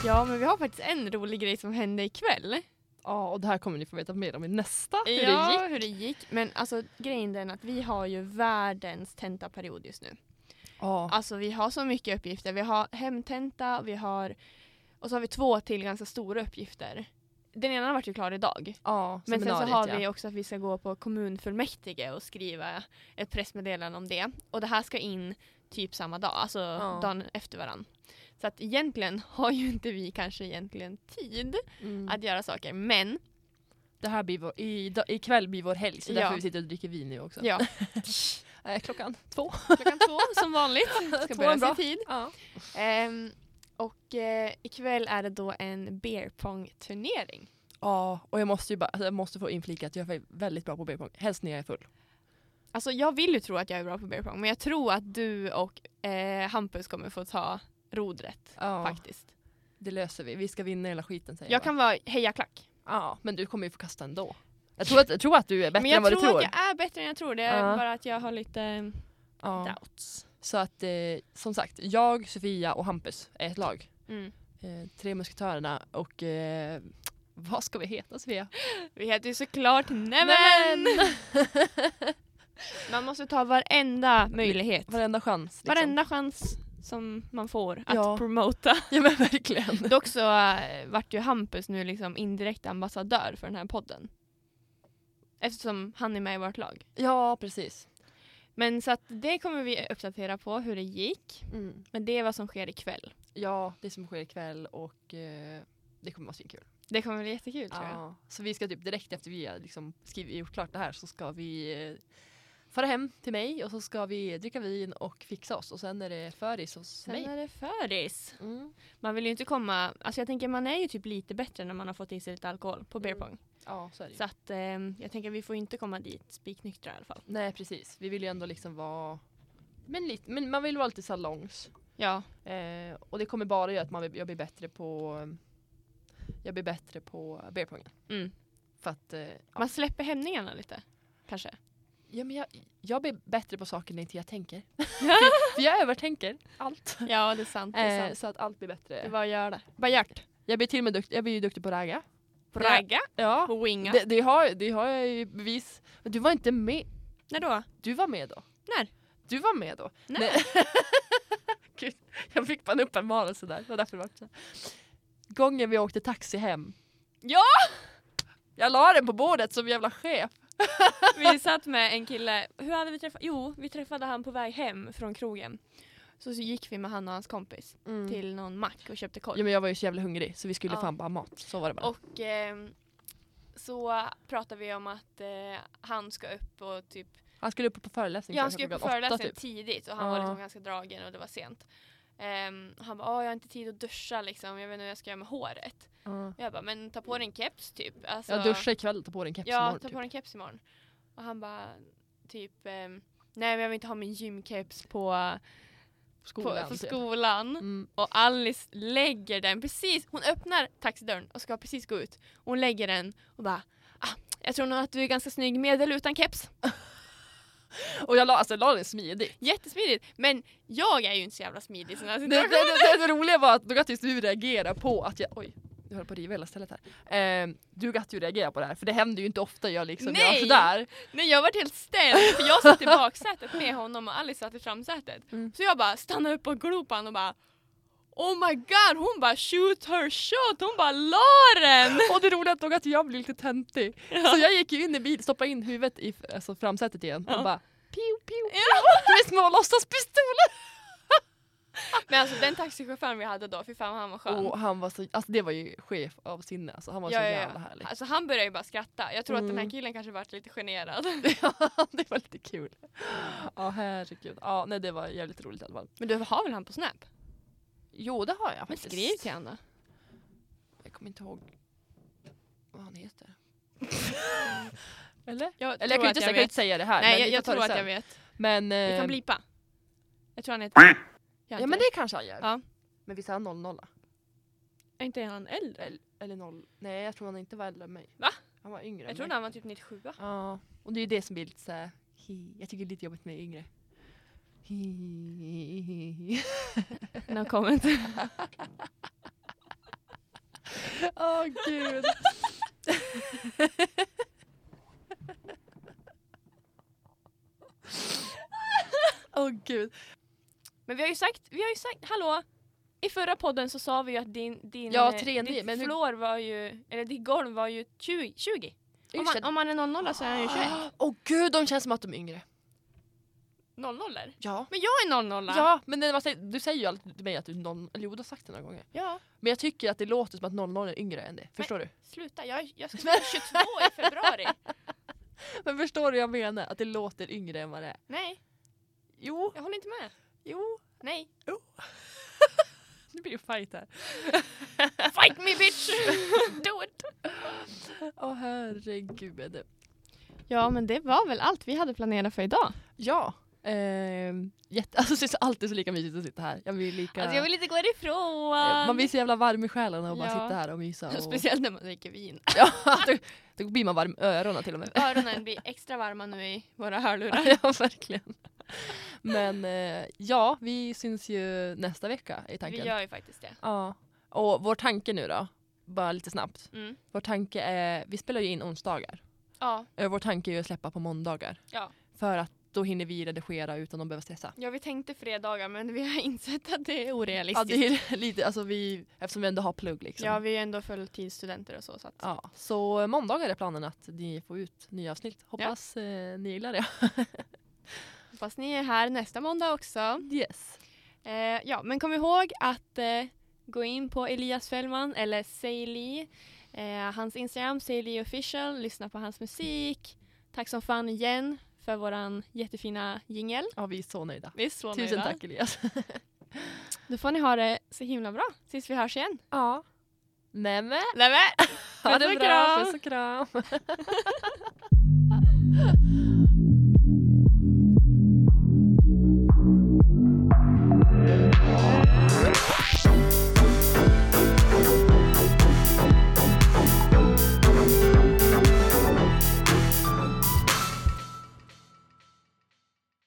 Speaker 1: Ja, men vi har faktiskt en rolig grej som hände ikväll.
Speaker 2: Ja, och det här kommer ni få veta mer om i nästa. Hur
Speaker 1: ja,
Speaker 2: det gick.
Speaker 1: hur det gick. Men alltså grejen den att vi har ju världens tentaperiod just nu.
Speaker 2: Ja.
Speaker 1: Alltså vi har så mycket uppgifter. Vi har hemtenta, vi har och så har vi två till ganska stora uppgifter. Den ena har varit ju klar idag.
Speaker 2: ja.
Speaker 1: Men sen så
Speaker 2: seminariet,
Speaker 1: har
Speaker 2: ja.
Speaker 1: vi också att vi ska gå på kommunfullmäktige och skriva ett pressmeddelande om det. Och det här ska in typ samma dag, alltså dagen efter varann. Så att egentligen har ju inte vi kanske egentligen tid
Speaker 2: Mm.
Speaker 1: att göra saker. Men
Speaker 2: Det här blir vår, i, dag- ikväll blir vår helg så
Speaker 1: Ja.
Speaker 2: därför vi sitter och dricker vin nu också. [laughs]
Speaker 1: ja,
Speaker 2: Eh, klockan [laughs] två.
Speaker 1: klockan två som vanligt. Ska
Speaker 2: Två
Speaker 1: börja
Speaker 2: är bra.
Speaker 1: sin tid.
Speaker 2: Ja.
Speaker 1: Ehm, och eh, ikväll är det då en beer pong turnering.
Speaker 2: ja, och jag måste ju bara, alltså, jag måste få inflika att jag är väldigt bra på beerpong. Helst när jag är full.
Speaker 1: Alltså jag vill ju tro att jag är bra på beer pong men jag tror att du och eh, Hampus kommer få ta rodret
Speaker 2: Ja.
Speaker 1: faktiskt.
Speaker 2: Det löser vi. Vi ska vinna hela skiten säger
Speaker 1: Jag kan vara hejaklack.
Speaker 2: Ja, men du kommer ju få kasta ändå. Jag tror att, jag tror att du är bättre
Speaker 1: Men jag
Speaker 2: än vad
Speaker 1: tror,
Speaker 2: du tror.
Speaker 1: att jag är bättre än jag tror. Det är
Speaker 2: Ja.
Speaker 1: bara att jag har lite um,
Speaker 2: Ja.
Speaker 1: doubts.
Speaker 2: Så att eh, som sagt, jag, Sofia och Hampus är ett lag.
Speaker 1: Mm.
Speaker 2: Eh, tre musketörerna och eh, vad ska vi heta Sofia?
Speaker 1: Vi heter ju såklart [laughs] Nämen!
Speaker 2: Nämen!
Speaker 1: Man måste ta varenda möjlighet.
Speaker 2: Varenda chans. liksom.
Speaker 1: Varenda chans som man får att
Speaker 2: Ja.
Speaker 1: promota.
Speaker 2: [laughs] Ja men
Speaker 1: [laughs]
Speaker 2: verkligen.
Speaker 1: Dock så eh, vart ju Hampus nu liksom indirekt ambassadör för den här podden. Eftersom han är med i vårt lag.
Speaker 2: Ja precis.
Speaker 1: Men så att det kommer vi uppdatera på hur det gick. Men det är vad som sker ikväll.
Speaker 2: Ja, det som sker ikväll och eh, det kommer vara svinkul.
Speaker 1: Det kommer bli jättekul tror jag.
Speaker 2: Ja. Så vi ska typ direkt efter vi har liksom skrivit, gjort klart det här så ska vi eh, fara hem till mig och så ska vi dricka vin och fixa oss och sen är det föris hos
Speaker 1: Sen
Speaker 2: mig.
Speaker 1: är det föris.
Speaker 2: Mm.
Speaker 1: Man vill ju inte komma, alltså jag tänker man är ju typ lite bättre när man har fått i sig lite alkohol på
Speaker 2: Mm,
Speaker 1: beer pong.
Speaker 2: Ja, så är det ju.
Speaker 1: Så att ehm, jag tänker vi får inte komma dit spiknyktra i alla fall.
Speaker 2: Nej precis, vi vill ju ändå liksom vara men, lite, men man vill vara lite salongs.
Speaker 1: Ja,
Speaker 2: Eh, och det kommer bara göra att man, blir- jag blir bättre på jag blir bättre på beerpongen.
Speaker 1: Mm.
Speaker 2: För att eh, ja.
Speaker 1: man släpper hämningarna lite.
Speaker 2: [laughs]
Speaker 1: Kanske.
Speaker 2: Ja, men jag, jag blir bättre på saker när inte jag tänker. [laughs] För jag övertänker allt.
Speaker 1: Ja, det är sant. Det är
Speaker 2: Eh,
Speaker 1: sant.
Speaker 2: så att allt blir bättre.
Speaker 1: Det är bara att göra det. Bara gjort.
Speaker 2: Jag blir till och med dukt, jag blir ju duktig på att ragga.
Speaker 1: Bragga.
Speaker 2: Ja.
Speaker 1: På winga.
Speaker 2: Det, det, har, det har jag ju bevis. Men du var inte med.
Speaker 1: När då?
Speaker 2: [laughs] Du var med då.
Speaker 1: När?
Speaker 2: Du var med då.
Speaker 1: När?
Speaker 2: [laughs] Gud, jag fick bara en uppenbarelse där. Det var därför det var så. här. Gången vi åkte taxi hem.
Speaker 1: Ja!
Speaker 2: Jag la den på bordet som jävla chef.
Speaker 1: Vi satt med en kille, hur hade vi träffat? Jo, vi träffade han på väg hem från krogen. Så, så gick vi med han och hans kompis
Speaker 2: Mm.
Speaker 1: till någon mack och köpte korv.
Speaker 2: Ja, men jag var ju så jävla hungrig så vi skulle
Speaker 1: Mm. Ja.
Speaker 2: fan bara ha mat. Så var det bara.
Speaker 1: Och ehm, så pratade vi om att eh, han ska upp och typ
Speaker 2: han skulle upp på föreläsning.
Speaker 1: Ja, han
Speaker 2: kanske
Speaker 1: skulle på
Speaker 2: klockan åtta,
Speaker 1: föreläsningen
Speaker 2: typ.
Speaker 1: tidigt och han var
Speaker 2: Ja.
Speaker 1: liksom ganska dragen och det var sent. Ehm, han bara, "Ah, jag har inte tid att duscha liksom, jag vet inte vad jag ska göra med håret.
Speaker 2: Ja.
Speaker 1: Och jag bara, men ta på dig en keps typ. Alltså,
Speaker 2: Ja, duscha ikväll och ta på dig en keps
Speaker 1: Ja,
Speaker 2: imorgon.
Speaker 1: ta
Speaker 2: Typ.
Speaker 1: på dig en keps imorgon. Och han bara, typ, ehm, nej men jag vill inte ha min gymkeps på
Speaker 2: Skolan.
Speaker 1: på, på
Speaker 2: typ.
Speaker 1: skolan.
Speaker 2: Mm.
Speaker 1: Och Alice lägger den precis, hon öppnar taxidörren och ska precis gå ut. Hon lägger den och bara, ah, jag tror nog att du är ganska snygg med eller utan keps.
Speaker 2: Och jag la, alltså, jag la den smidigt.
Speaker 1: Jättesmidigt, men jag är ju inte så alltså, jävla smidig i sådana här
Speaker 2: Det, det,
Speaker 1: situationer.
Speaker 2: det, det, det roliga var att Dugattis du reagerar på att jag... Oj, jag höll på att riva hela stället här. Eh, Dugatti reagerar på det här för det händer ju inte ofta jag liksom
Speaker 1: Nej!
Speaker 2: gör sådär.
Speaker 1: Nej jag vart helt ställd för jag satt i baksätet med honom och Alice satt i framsätet.
Speaker 2: Mm.
Speaker 1: Så jag bara stannade upp och glodde på honom och bara Oh my god, hon bara shoot her shot, hon bara la den!
Speaker 2: Och det roliga är att jag blev lite töntig. Så jag gick ju in i bilen, stoppade in huvudet i alltså, framsätet igen och bara Piu, piu, piu. Det är små låtsaspistoler!
Speaker 1: Men alltså den taxichauffören vi hade då, fy fan vad han var skön.
Speaker 2: Och han var så, alltså det var ju chef av sinne alltså, han var så jävla härlig. [laughs]
Speaker 1: Alltså han började ju bara skratta. Jag tror att den här
Speaker 2: Mm.
Speaker 1: killen kanske varit lite
Speaker 2: [laughs]
Speaker 1: generad.
Speaker 2: Ja, det var lite kul. Ja herregud. Ja nej det var jävligt roligt i alla fall.
Speaker 1: Men du har väl han på Snap?
Speaker 2: Jo det har jag
Speaker 1: Men
Speaker 2: faktiskt.
Speaker 1: skriv till han då.
Speaker 2: Jag kommer inte ihåg vad han heter.
Speaker 1: [laughs]
Speaker 2: Eller?
Speaker 1: Jag
Speaker 2: Eller jag kan ju inte, jag kan ju inte säga det här. men
Speaker 1: Nej jag,
Speaker 2: vi får
Speaker 1: jag
Speaker 2: ta det
Speaker 1: tror att
Speaker 2: sen.
Speaker 1: jag vet.
Speaker 2: Men,
Speaker 1: Vi
Speaker 2: eh,
Speaker 1: kan blipa. Jag tror han heter... Gör han
Speaker 2: ja men
Speaker 1: inte
Speaker 2: det kanske han gör.
Speaker 1: Ja.
Speaker 2: Men visst är han 00?
Speaker 1: Är inte han äldre?
Speaker 2: Eller, eller 0? Nej jag tror han inte var äldre än mig.
Speaker 1: Va?
Speaker 2: Han var yngre
Speaker 1: Jag
Speaker 2: än
Speaker 1: tror
Speaker 2: mig.
Speaker 1: han var typ 97
Speaker 2: [laughs] Ja. Och det är ju det som blir lite såhär, hi. jag tycker det är lite jobbigt med yngre. Hi.
Speaker 1: No comment.
Speaker 2: [laughs] Åh
Speaker 1: [laughs]
Speaker 2: gud. Åh gud.
Speaker 1: [laughs] Men vi har ju sagt, vi har ju sagt, hallå! I förra podden så sa vi ju att din, din
Speaker 2: Ja,
Speaker 1: eh,
Speaker 2: 3-9,
Speaker 1: ditt
Speaker 2: men hur-
Speaker 1: floor var ju, eller ditt golv var ju 20. 20. Om, man,
Speaker 2: Ursäkta.
Speaker 1: om man är 00 så är han
Speaker 2: [gasps]
Speaker 1: ju 21.
Speaker 2: Åh gud, de känns som att de är yngre.
Speaker 1: 00
Speaker 2: Ja.
Speaker 1: Men jag är 00
Speaker 2: Ja, men när man säger, du säger ju alltid till mig att du är någon, eller jo du har sagt det några gånger.
Speaker 1: Ja,
Speaker 2: Men jag tycker att det låter som att 00 är yngre än det. Förstår du?
Speaker 1: Sluta, jag, jag ska fylla 22 i februari.
Speaker 2: Men förstår du vad jag menar? Att det låter yngre än vad det är.
Speaker 1: Nej,
Speaker 2: Jo,
Speaker 1: jag håller inte med.
Speaker 2: jo.
Speaker 1: Nej.
Speaker 2: Nu blir det fight här.
Speaker 1: Fight me bitch! Do it!
Speaker 2: Åh herregud.
Speaker 1: Ja men det var väl allt vi hade planerat för idag.
Speaker 2: Ja. Ehm, jätte, [laughs] alltså det är så alltid så lika mysigt att sitta här. Jag vill lika...
Speaker 1: Alltså jag vill inte gå ifrån.
Speaker 2: Eh, Man blir så jävla varm i själen och bara
Speaker 1: Ja.
Speaker 2: sitta här och mysa. Och...
Speaker 1: [laughs] Speciellt när man dricker vin.
Speaker 2: ja, [laughs] då, då blir man varm i öronen till och med.
Speaker 1: Öronen blir extra varma nu i våra [laughs] hörlurar.
Speaker 2: [laughs] ja, verkligen. Men eh, ja, vi syns ju nästa vecka i
Speaker 1: Vi
Speaker 2: tanken.
Speaker 1: gör ju faktiskt det.
Speaker 2: Ja. Och vår tanke nu då, bara lite snabbt.
Speaker 1: Mm.
Speaker 2: Vår tanke är, vi spelar ju in onsdagar.
Speaker 1: Ja,
Speaker 2: Eh, Vår tanke är ju att släppa på måndagar.
Speaker 1: Ja.
Speaker 2: För att då hinner vi redigera utan att behöva stressa.
Speaker 1: ja, vi tänkte fredagar men vi har insett att det är orealistiskt.
Speaker 2: Ja, det är [laughs] lite, alltså vi, eftersom vi ändå har plugg liksom.
Speaker 1: Ja, vi är ändå fulltidsstudenter och så. så att...
Speaker 2: Ja, så måndagar är planen att ni får ut nya avsnitt. Hoppas eh, ni gillar det. [laughs]
Speaker 1: Hoppas ni är här nästa måndag också.
Speaker 2: Yes.
Speaker 1: Eh, ja, men kom ihåg att eh, gå in på Elias Fällman eller Seili. Eh, hans Instagram, Seili official. Lyssna på hans musik. Tack som fan igen för våran jättefina jingel.
Speaker 2: Ja, vi är så nöjda.
Speaker 1: Vi är så
Speaker 2: Tusen
Speaker 1: nöjda.
Speaker 2: tack Elias.
Speaker 1: Då får ni ha det så himla bra tills vi hörs igen.
Speaker 2: [laughs] Ja. Nämen,
Speaker 1: Nej, men.
Speaker 2: ha
Speaker 1: Puss
Speaker 2: det
Speaker 1: och
Speaker 2: bra.
Speaker 1: kram.
Speaker 2: Puss och kram.